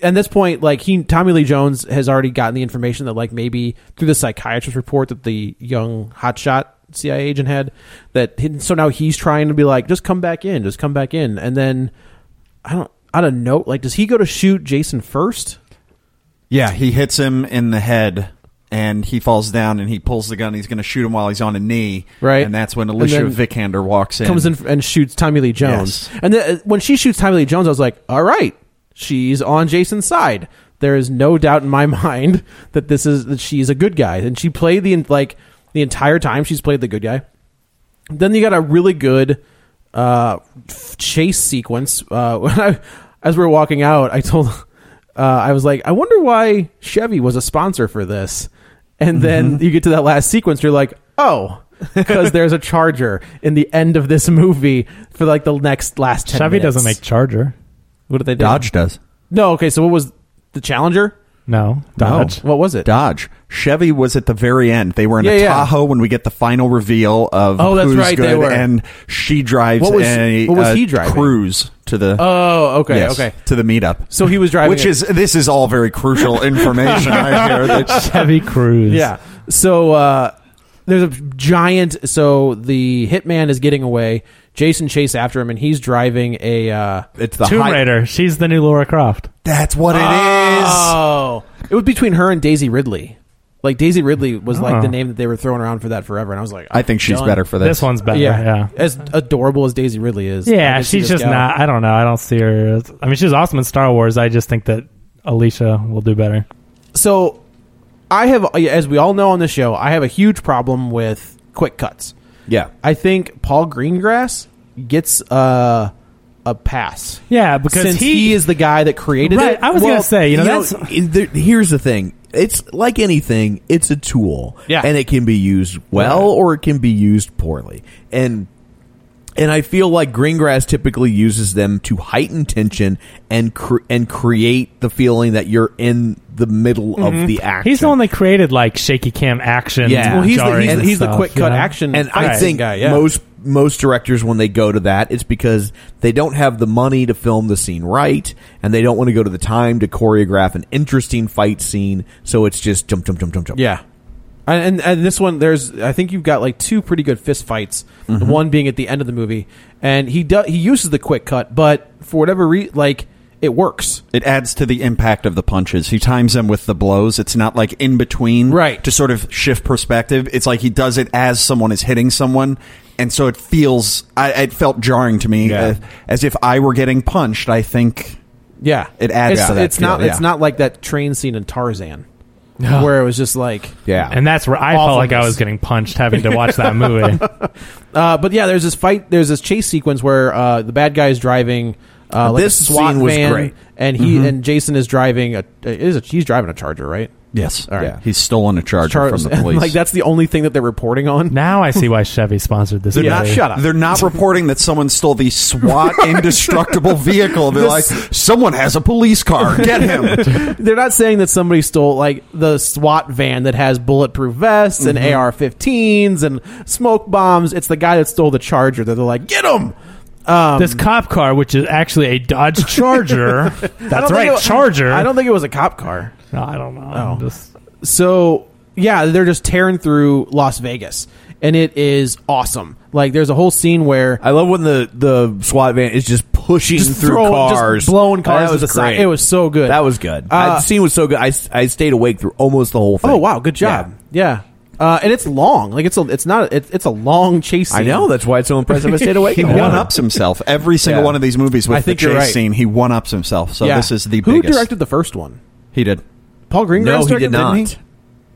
S3: at this point, like he Tommy Lee Jones has already gotten the information that like maybe through the psychiatrist report that the young hotshot CIA agent had that he- so now he's trying to be like just come back in, just come back in, and then I don't out of note like does he go to shoot Jason first?
S1: Yeah, he hits him in the head and he falls down and he pulls the gun. He's going to shoot him while he's on a knee.
S3: Right.
S1: And that's when Alicia
S3: And then
S1: Vikander walks in.
S3: Comes in f- and shoots Tommy Lee Jones, and then uh, when she shoots Tommy Lee Jones, I was like, all right, she's on Jason's side. There is no doubt in my mind that this is that she's a good guy, and she played the en- like the entire time she's played the good guy. then you got a really good uh, f- chase sequence. Uh, when I, as we were walking out, I told, uh, I was like, I wonder why Chevy was a sponsor for this. And
S1: Mm-hmm.
S3: then you get to that last sequence, you're like, oh, because there's a charger in the end of this movie for like the next last ten.
S2: Chevy
S3: minutes.
S2: doesn't make Charger.
S3: What did they do?
S1: Dodge does.
S3: No, okay. So what was the Challenger?
S2: No, Dodge.
S3: What was it?
S1: Dodge. Chevy was at the very end. They were in
S3: Yeah,
S1: a
S3: yeah.
S1: Tahoe when we get the final reveal of
S3: Oh, that's
S1: who's
S3: right,
S1: good,
S3: they were.
S1: and she drives
S3: What was-
S1: a,
S3: what was
S1: a
S3: he driving?
S1: cruise to the
S3: Oh, okay,
S1: yes,
S3: okay.
S1: to the meetup.
S3: So he was driving
S1: Which
S3: it.
S1: is this is all very crucial information right here. That's-
S2: Chevy Cruise.
S3: Yeah. So uh, there's a giant. So the hitman is getting away. Jason chase after him, and he's driving a. Uh,
S4: It's the
S2: Tomb
S4: high-
S2: Raider. She's the new Laura Croft.
S1: that's what it is.
S3: oh, it was between her and Daisy Ridley. Like Daisy Ridley was like the
S2: Oh.
S3: name that they were throwing around for that forever, and I was like,
S1: I think she's
S3: Done.
S1: better for this.
S2: This one's better.
S3: yeah,
S2: Yeah.
S3: As adorable as Daisy Ridley is, I
S2: Yeah,
S3: can see
S2: she's
S3: this
S2: just
S3: gal.
S2: not. I don't know. I don't see her. as- I mean, she's awesome in Star Wars. I just think that Alicia will do better.
S3: so I have, as we all know on the show, I have a huge problem with quick cuts.
S4: Yeah,
S3: I think Paul Greengrass gets uh, a pass.
S2: Yeah, because
S3: since he,
S2: he-
S3: is the guy that created
S2: Right,
S3: it.
S2: I was
S3: Well,
S2: gonna say, you know, that's
S4: there, here's the thing. It's like anything. It's a tool,
S3: Yeah.
S4: and it can be used well
S3: Right.
S4: or it can be used poorly. And and I feel like Greengrass typically uses them to heighten tension and cr- and create the feeling that you're in the middle
S3: Mm-hmm.
S4: of the action.
S2: he's the one that created like shaky cam action.
S4: Yeah.
S3: well, he's the,
S2: jarring
S3: he's,
S2: and
S3: he's the
S2: stuff,
S3: quick
S2: you
S3: cut
S2: know?
S3: action,
S4: and I
S3: action
S4: think
S3: guy, yeah.
S4: most most directors when they go to that it's because they don't have the money to film the scene right and they don't want to go to the time to choreograph an interesting fight scene so it's just jump jump jump jump jump
S3: yeah. And, and and this one, there's I think you've got like two pretty good fist fights.
S1: Mm-hmm.
S3: The One being at the end of the movie, and he does he uses the quick cut, but for whatever reason, like it works.
S1: It adds to the impact of the punches. He times them with the blows. It's not like in between, right? To sort of shift perspective. It's like he does it as someone is hitting someone, and so it feels. I, it felt jarring to me, uh, as if I were getting punched. I think
S3: Yeah,
S1: It adds
S3: It's,
S1: to that
S3: it's not.
S1: feel,
S3: It's
S1: yeah.
S3: not like that train scene in Tarzan, where it was just like
S4: yeah.
S2: And that's where I felt like I was getting punched having to watch that movie.
S3: uh, but yeah, there's this fight. There's this chase sequence where uh, the bad guy is driving. Uh, like
S4: This
S3: a SWAT
S4: scene was
S3: van,
S4: great.
S3: and he
S4: Mhm.
S3: and Jason is driving a. It is a he's driving a Charger, right?
S1: Yes.
S3: All right.
S1: Yeah. He's stolen a charger
S3: Charger
S1: from the police.
S3: like that's the only thing that they're reporting on.
S2: Now I see why Chevy sponsored this.
S1: They're not
S2: movie.
S1: shut up. They're not reporting that someone stole the SWAT indestructible vehicle. They're
S3: This-
S1: like, someone has a police car. Get him.
S3: They're not saying that somebody stole like the SWAT van that has bulletproof vests
S4: Mm-hmm.
S3: and
S1: Mhm.
S3: AR-15s and smoke bombs. It's the guy that stole the Charger that they're like, get him. Um,
S2: This cop car, which is actually a Dodge Charger.
S3: I don't
S2: That's
S3: think
S2: right,
S3: it wa-
S2: Charger.
S3: I don't Oh. think it was a cop car.
S2: No, I don't know. I'm just-
S3: So yeah, they're just tearing through Las Vegas, and it is awesome. Like there's a whole scene where
S4: I love when the the SWAT van is just pushing
S3: Just
S4: through
S3: throwing- just
S4: cars, Oh,
S3: blowing cars
S4: That
S3: to
S4: was
S3: the side.
S4: great.
S3: It was so good.
S4: That was good.
S3: Uh,
S4: the scene was so good. I, s- I stayed awake through almost the whole thing.
S3: oh wow, good job. Yeah, Uh, and it's long. Like it's a it's not it, it's a long chase.
S4: Yeah. I
S3: Scene.
S4: know that's why it's so impressive. I stayed awake.
S1: He
S4: the whole
S1: one
S4: time.
S1: ups himself. Every single
S4: Yeah.
S1: one of these movies with
S3: I think
S1: the
S3: you're
S1: chase
S3: right.
S1: scene, he one ups himself. So
S3: Yeah.
S1: this is the
S3: who
S1: biggest.
S3: directed the first one.
S1: He did.
S3: Paul Greengrass.
S4: No, he
S3: directed
S4: did
S3: it, didn't
S4: not.
S3: he?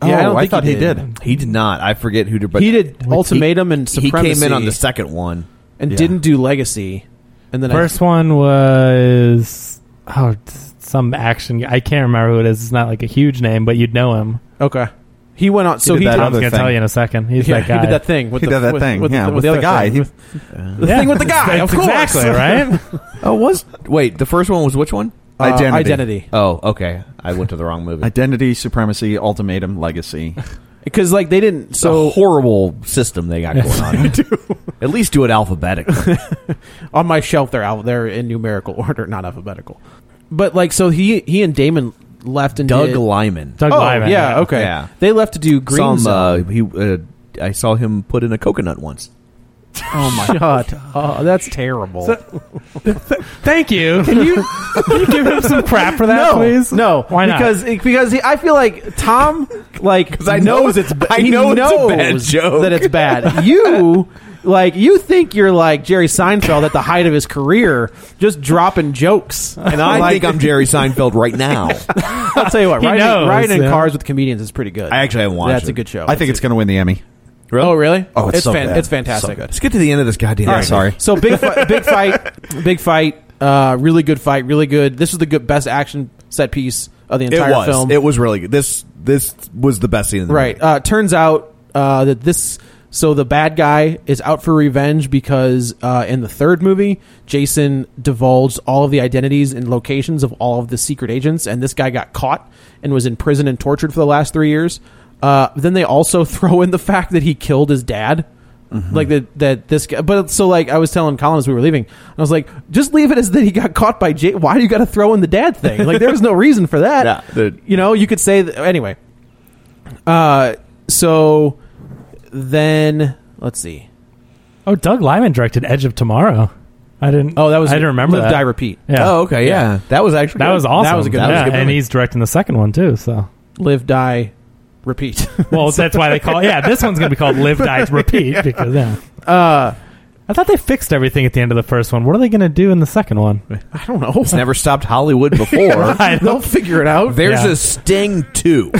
S3: Yeah, I
S4: oh,
S3: don't
S4: I,
S3: think
S4: thought
S3: he
S4: he
S3: did.
S4: did. He did not. I forget who did. But
S3: He did
S4: He-
S3: Ultimatum and
S4: He came in on
S3: Supremacy.
S4: the second one.
S3: and
S4: Yeah.
S3: didn't do Legacy. And then I-
S2: First one was oh it's some action. guy. I can't remember who it is. It's not like a huge name, but you'd know him.
S3: okay, he went on. So
S1: did
S3: he
S1: that
S3: did,
S2: I was
S1: other
S2: gonna
S1: thing.
S2: tell you in a second. He's
S3: yeah,
S2: that guy.
S3: he did that thing. With
S1: He
S3: the,
S1: did that
S3: with-
S1: thing,
S3: With,
S1: yeah,
S3: with,
S1: with
S3: the
S1: the
S3: other
S1: guy. He-
S3: With- The
S2: Yeah.
S3: thing with the guy, of course.
S2: exactly right.
S4: Oh, was wait. The first one was which one?
S3: Uh,
S1: Identity.
S3: identity.
S4: Oh, okay. I went to the wrong movie.
S1: Identity, Supremacy, Ultimatum, Legacy.
S3: Because like they didn't.
S4: It's a
S3: So
S4: horrible system they got going on. At least do it alphabetically.
S3: on my shelf, they're out there in numerical order, not alphabetical. But like, so he he and Damon left and
S4: Doug
S3: did,
S4: Lyman.
S2: Doug
S3: oh,
S2: Lyman.
S3: Yeah, okay.
S4: Yeah.
S3: They left to do
S4: Some,
S3: Green Zone.
S4: uh, he, uh, I saw him put in a coconut once.
S3: oh my god, oh, that's terrible.
S2: Thank you. Can you, can you give him some crap for that,
S3: no,
S2: please?
S3: no,
S2: Why not?
S3: Because because he, I feel like Tom like
S4: I know-
S3: knows it's ba-
S4: I
S3: he
S4: know it's a
S3: knows
S4: bad joke.
S3: that it's bad. You like you think you're like Jerry Seinfeld at the height of his career, just dropping jokes.
S4: And I think I'm Jerry Seinfeld right now.
S3: I'll tell you what,
S2: He
S3: riding,
S2: knows,
S3: riding in
S2: yeah.
S3: cars with comedians is pretty good.
S4: I actually haven't watched
S3: That's
S4: it.
S3: a good show.
S1: I think it's going to win the Emmy.
S3: Oh, really?
S1: Oh, it's so
S3: fan-
S1: good.
S3: it's fantastic.
S1: So good.
S4: Let's get to the end of this goddamn.
S1: All right,
S4: thing.
S1: sorry.
S3: So big, fi- big fight, big fight. Uh, really good fight, really good. This is the good best action set piece of the
S4: It
S3: entire
S4: was.
S3: film.
S4: It was really good. This this was the best scene in the
S3: right.
S4: movie.
S3: Uh, turns out uh, that this. So the bad guy is out for revenge because uh, in the third movie, Jason divulged all of the identities and locations of all of the secret agents, and this guy got caught and was in prison and tortured for the last three years. Uh, then they also throw in the fact that he killed his dad. Like that, that this guy. But so, like, I was telling Colin as we were leaving, I was like, just leave it as that he got caught by Jay. Why do you got to throw in the dad thing? Like, there was no reason for that.
S4: Yeah, the-
S3: Uh, you know, you could say that, anyway. Uh, so then let's see.
S2: oh, Doug Lyman directed Edge of Tomorrow. I didn't.
S3: Oh, that was
S2: I didn't remember
S3: Live,
S2: that.
S3: Die, repeat.
S2: Yeah.
S4: Oh, okay. Yeah. That was actually
S2: that
S4: good.
S2: was awesome.
S3: That was a good-
S2: Yeah,
S3: that was a good
S2: and
S3: movie.
S2: he's directing the second one too. So.
S3: Live, die, repeat.
S2: Well, that's why they call. Yeah, this one's gonna be called Live, Die, Repeat because yeah.
S3: uh,
S2: I thought they fixed everything at the end of the first one. What are they gonna do in the second one?
S3: I don't know.
S4: It's never stopped Hollywood before.
S2: I
S3: They'll
S2: don't-
S3: figure it out.
S4: There's
S2: Yeah.
S4: a sting too.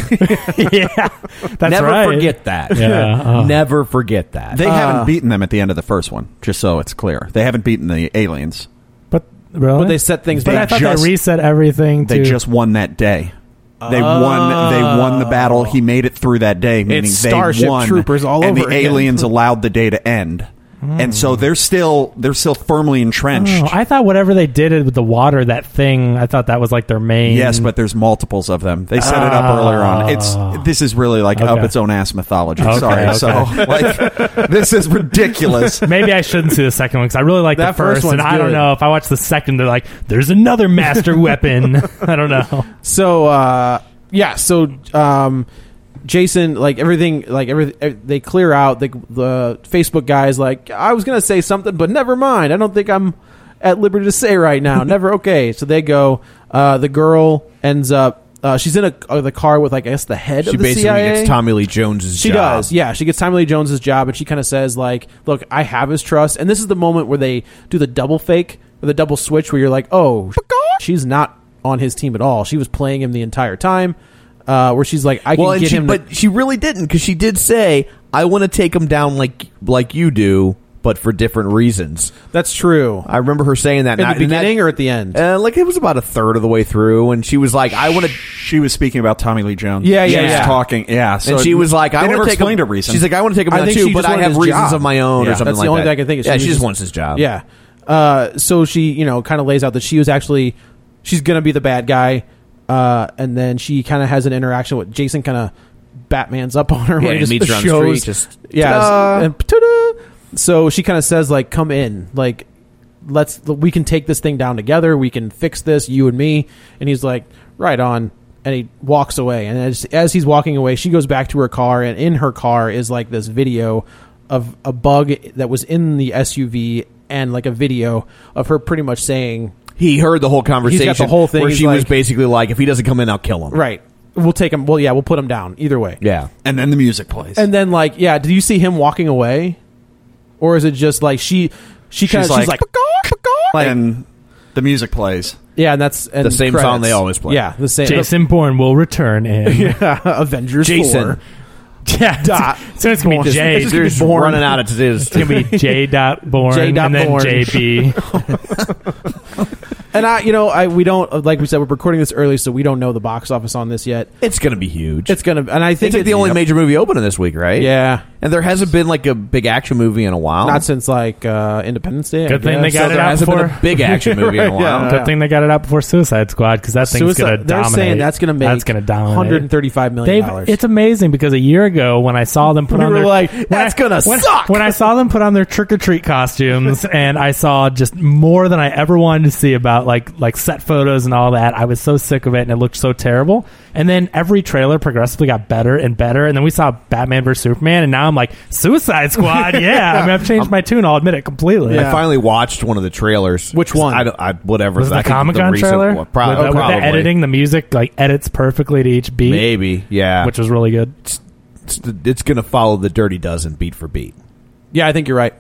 S2: yeah, that's
S4: Never
S2: right.
S4: forget that.
S2: Yeah. Oh.
S4: Never forget that.
S1: They
S3: Uh,
S1: haven't beaten them at the end of the first one, just so it's clear. They haven't beaten the aliens.
S2: But really,
S3: But they set things
S2: But
S3: back.
S2: I thought
S1: just-
S2: they reset everything.
S1: They
S2: to,
S1: just won that day. They won. They won the battle. He made it through that day, meaning
S3: Oh. It's
S1: they
S3: Starship
S1: won.
S3: Troopers all
S1: and
S3: over
S1: the
S3: again. Hmm.
S1: aliens allowed the day to end, and so they're still they're still firmly entrenched.
S2: Oh, I thought whatever they did it with the water, that thing, I thought that was like their main.
S1: yes, but there's multiples of them. They set it up earlier on. It's this is really like up
S2: Okay.
S1: its own ass mythology.
S2: Okay,
S1: Sorry,
S2: okay.
S1: so like this is ridiculous.
S2: maybe I shouldn't see the second one because I really like the
S3: That first
S2: first, and
S3: one's
S2: I don't
S3: good.
S2: know if I watch the second, they're like, "There's another master weapon." I don't know.
S3: So uh, yeah, so um, Jason, like everything, like everything, they clear out. The, the Facebook guy is like, I was gonna say something, but never mind. I don't think I'm. at liberty to say right now. Never okay. So they go. Uh, the girl ends up. Uh, she's in a, uh, the car with, like, I guess, the head
S4: She
S3: of the
S4: basically
S3: CIA.
S4: gets Tommy Lee Jones's
S3: She
S4: job.
S3: does, yeah. She gets Tommy Lee Jones's job, and she kind of says, like, "Look, I have his trust." And this is the moment where they do the double fake or the double switch, where you're like, "Oh, she's not on his team at all. She was playing him the entire time." Uh, where she's like, "I can
S4: well, and
S3: get
S4: she,
S3: him." to-
S4: but she really didn't because she did say, "I want to take him down like like you do, but for different reasons."
S3: That's true.
S4: I remember her saying that
S3: In
S4: and
S3: the
S4: I- and that-
S3: beginning or at the end?
S4: Uh, like it was about a third of the way through, and she was like, "I want to."
S1: She was speaking about Tommy Lee Jones.
S4: Yeah, yeah,
S1: she was
S4: yeah.
S1: talking. Yeah, so
S4: and she was like,
S1: they
S4: "I want
S1: never
S4: to take
S1: explained
S4: him.
S1: a reason.
S4: She's like, "I want to take him down
S3: think
S4: too,
S3: she
S4: but
S3: just
S4: I
S3: wanted
S4: have
S3: his
S4: reasons
S3: job.
S4: of my own
S3: Yeah,
S4: or something
S3: That's
S4: like
S3: the only
S4: that."
S3: thing I can think of.
S4: Yeah,
S3: was
S4: she just wants his job.
S3: Yeah. Uh, so she, you know, kind of lays out that she was actually, she's going to be the bad guy. Uh, and then she kind of has an interaction with Jason, kind of Batman's up on her.
S4: Yeah,
S3: when
S4: he
S3: just
S4: meets her on the
S3: shows,
S4: street, just,
S3: yeah.
S4: "Ta-da!"
S3: and ta-da. So she kind of says, like, come in. Like, let's, we can take this thing down together. We can fix this, you and me. And he's like, right on. And he walks away. And as, as he's walking away, she goes back to her car. And in her car is like this video of a bug that was in the SUV and like a video of her pretty much saying,
S4: He heard the whole conversation,
S3: whole thing.
S4: where
S3: He's
S4: she was
S3: like-
S4: basically like, "If he doesn't come in, I'll kill him."
S3: right, we'll take him. Well, yeah, we'll put him down either way.
S4: Yeah,
S1: and then the music plays.
S3: And then like, yeah, do you see him walking away? Or is it just like she, she kind of, she's like, like-
S1: and the music plays.
S3: yeah, and that's and
S4: The same
S3: credits.
S4: song they always play.
S3: Yeah, the same.
S2: Jason Bourne will return in.
S3: yeah, Avengers.
S4: Jason.
S3: 4.
S2: yeah,
S3: Dot.
S2: so it's gonna be
S3: Bourne.
S2: J.
S3: It's just gonna be
S2: It's
S4: Just
S3: Bourne.
S4: running out of this.
S2: gonna be J. Dot Bourne
S3: J. dot
S2: and then
S3: Bourne.
S2: JB.
S3: And I, you know, I we don't like we said we're recording this early, so we don't know the box office on this yet.
S4: It's gonna be huge.
S3: It's gonna, and I think
S4: it's like the only major movie opening this week, right?
S3: Yeah.
S4: And there hasn't been like a big action movie in a while.
S3: Not since like uh, Independence Day. I
S2: Good thing they got
S3: guess.
S4: so
S2: it
S4: there
S2: out
S4: hasn't been
S2: before-
S4: a big action movie in a
S3: Right,
S4: while.
S3: yeah.
S2: Good thing they got it out before Suicide Squad because that thing's gonna
S3: Suicide- they're
S2: dominate.
S3: saying that's gonna make
S2: that's gonna dominate.
S3: 135 million dollars.
S2: They've- It's amazing because a year ago when I saw them put
S3: We
S2: on,
S3: were
S2: their,
S3: like,
S2: when
S3: "That's
S2: I-
S3: gonna
S2: when-
S3: suck!"
S2: When I saw them put on their trick or treat costumes, and I saw just more than I ever wanted to see about like like set photos and all that. I was so sick of it, and it looked so terrible. And then every trailer progressively got better and better, and then we saw Batman vs Superman, and now I'm like Suicide Squad. Yeah, I mean, I've changed my tune. I'll admit it completely.
S4: I Um, finally watched one of the trailers.
S3: Which one?
S4: I, don't- I whatever.
S2: Was
S4: I
S2: the
S4: think
S2: Comic Con
S4: recent
S2: trailer?
S4: one. Pro-
S2: with, the- with
S4: probably.
S2: the editing, the music like edits perfectly to each beat,
S4: Maybe. Yeah.
S2: which was really good.
S4: it's, it's going to follow the Dirty Dozen beat for beat.
S3: yeah, I think you're right.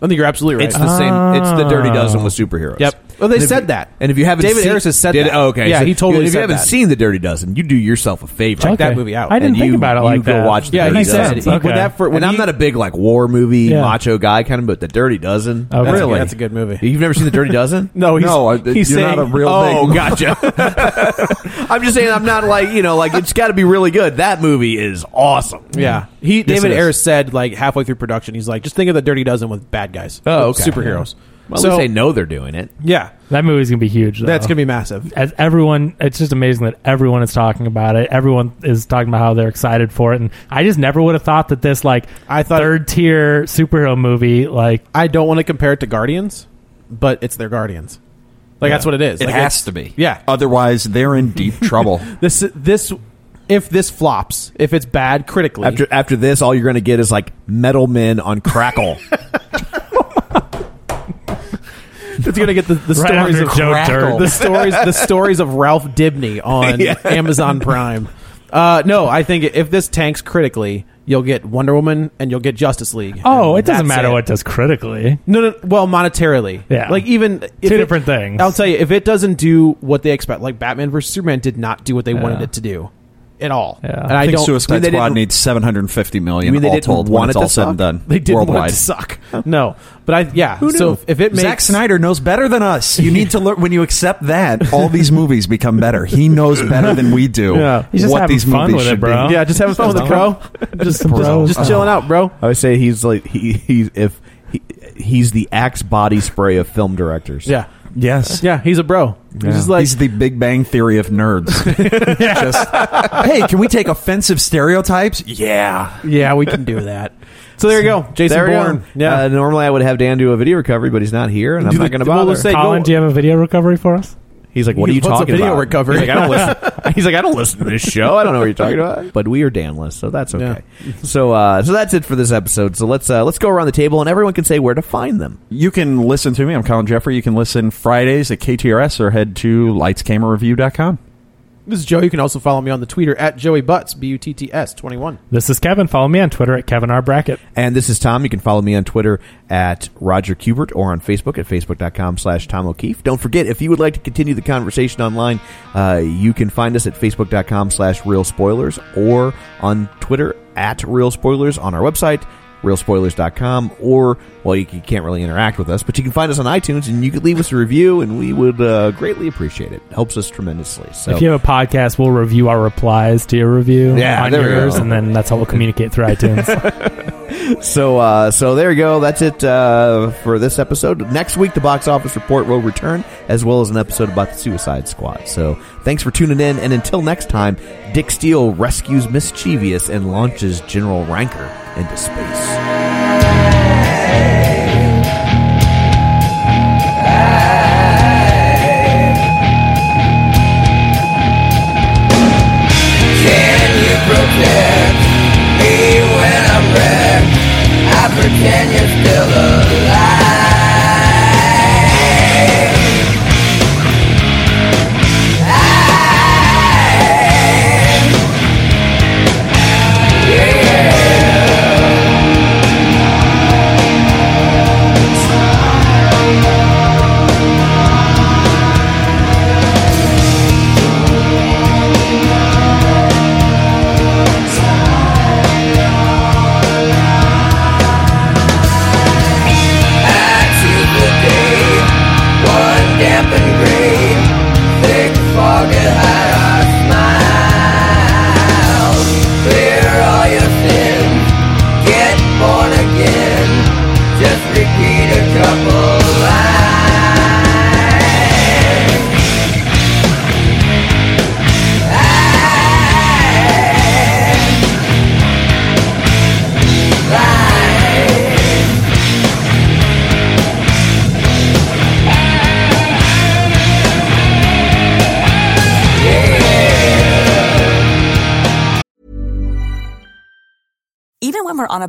S3: I think you're absolutely right.
S4: It's
S3: Ah.
S4: the same. It's the Dirty Dozen with superheroes.
S3: Yep. Well, they
S4: And if
S3: said
S4: you-
S3: that.
S4: And if you haven't,
S3: David
S4: seen,
S3: Harris has said
S4: did-
S3: that.
S4: Oh, okay.
S3: Yeah, he totally
S4: If you
S3: said
S4: haven't
S3: that.
S4: seen the Dirty Dozen, you do yourself a favor.
S3: Check that movie out.
S2: I didn't
S4: And
S2: think
S4: you-
S2: about it
S4: you
S2: like
S4: go
S2: that.
S4: watch the
S3: Yeah,
S4: Dirty
S3: he
S2: makes
S4: Dozen.
S3: said
S2: sense.
S3: it. When
S2: Okay.
S3: that fir- when
S4: and I'm
S3: you-
S4: not a big like war movie
S2: Yeah.
S4: macho guy kind of, but the Dirty Dozen.
S2: Oh,
S4: that's a
S2: really?
S4: good-
S3: That's a good movie.
S4: You've never seen the Dirty Dozen?
S3: No, he's-
S1: No, I-
S3: he's
S1: you're
S3: saying,
S1: not a real
S4: oh,
S1: thing.
S4: gotcha. I'm just saying, I'm not like you know, like it's got to be really good. That movie is awesome.
S3: Yeah, he
S4: Yes,
S3: David
S4: it is.
S3: Ayers said like halfway through production, he's like, just think of the Dirty Dozen with bad guys,
S4: Oh,
S3: with
S4: okay.
S3: superheroes.
S4: Well,
S3: so
S4: at least they know they're doing it.
S3: yeah,
S2: That movie's gonna be huge. Though.
S3: that's gonna be massive.
S2: as everyone. It's just amazing that everyone is talking about it. Everyone is talking about how they're excited for it, and I just never would have thought that this like
S3: I thought-
S2: third tier superhero movie like
S3: I don't want to compare it to Guardians, but it's their Guardians. Like that's what it is.
S1: It
S3: Like,
S1: has
S3: it's-
S1: to be.
S3: Yeah.
S1: Otherwise, they're in deep trouble.
S3: This this if this flops, if it's bad critically,
S4: After after this, all you're going to get is like metal men on crackle.
S3: it's gonna get the, the
S2: Right
S3: stories
S2: after
S3: of
S2: Joe Dirt.
S3: the stories the stories of Ralph Dibney on Amazon Prime. Uh, no, I think if this tanks critically, you'll get Wonder Woman and you'll get Justice League.
S2: oh,
S3: And
S2: it doesn't
S3: that's
S2: matter
S3: it.
S2: what does critically.
S3: No, no. Well, monetarily,
S2: Yeah.
S3: Like even if
S2: Two
S3: it-
S2: different things.
S3: I'll tell you, if it doesn't do what they expect, like Batman versus Superman did not do what they wanted it to do at all.
S2: Yeah.
S3: And
S2: I
S3: I,
S1: I think
S3: don't.
S1: Suicide
S4: I mean, they
S1: Squad
S4: didn't-
S1: needs 750 million
S4: I mean, they
S1: all
S4: didn't
S1: told
S4: want
S1: when it's
S4: it to
S1: all said
S4: suck?
S1: and done.
S3: they didn't
S1: worldwide.
S3: want it to suck. No, but I yeah. so if it makes
S1: Zack Snyder knows better than us. You need to learn when you accept that all these movies become better. He knows better than we do
S3: Yeah.
S2: He's just
S1: what
S2: having
S1: these
S2: fun
S1: movies
S2: with it,
S1: should
S2: bro.
S1: be.
S3: yeah, just having fun with it, bro. Just
S1: Bro.
S3: just, just chilling out, bro.
S4: I would say he's like he he's if he, he's the axe body spray of film directors.
S3: Yeah,
S1: Yes.
S3: yeah. He's a bro. He's just like
S1: He's the Big Bang Theory of nerds. Just, hey, can we take offensive stereotypes? Yeah.
S3: yeah, we can do that. So there you go, Jason
S4: There we go.
S3: Bourne. Yeah.
S4: Uh, normally I would have Dan do a video recovery, but he's not here, and I'm
S3: Do
S4: not
S3: the-
S4: going to
S3: well,
S4: bother.
S3: we'll say- Hey,
S2: Colin,
S3: go-
S2: do you have a video recovery for us?
S4: He's like, "What
S3: He
S4: are you
S3: wants a
S4: talking
S3: video
S4: about?"
S3: recovery.
S4: He's like, I don't listen. He's like, "I don't listen to this show. I don't know what you're talking about." But we are Danless, so that's okay. So, uh, so that's it for this episode. So let's uh, let's go around the table and everyone can say where to find them.
S1: You can listen to me. I'm Colin Jeffrey. You can listen Fridays at KTRS or head to lightscamerareview.com.
S3: This is Joe. You can also follow me on the Twitter at Joey Butts, B U T T S 21.
S2: This is Kevin. Follow me on Twitter at Kevin R. Brackett.
S4: And this is Tom. You can follow me on Twitter at Roger Kubert or on Facebook at facebook.com slash Tom O'Keefe. Don't forget, if you would like to continue the conversation online, uh, you can find us at facebook.com slash real spoilers or on Twitter at real spoilers on our website, realspoilers.com, or, well, you, you can't really interact with us, but you can find us on iTunes and you can leave us a review and we would uh, greatly appreciate it. Helps us tremendously. So
S2: If you have a podcast, we'll review our replies to your review
S4: Yeah,
S2: on
S4: there we
S2: yours,
S4: go.
S2: and then that's how we'll communicate through iTunes.
S4: so uh, so there you go. That's it uh, for this episode. Next week, the box office report will return, as well as an episode about the Suicide Squad. So thanks for tuning in, and until next time, Dick Steele rescues Mischievous and launches General Rancor into space.
S5: Can you protect me when I'm wrecked? I pretend you're still alive. I, yeah. I choose the day, one damp and gray, thick fog to hide our smiles. Clear all your sins, get born again, just repeat a couple lines.
S6: Even when we're on a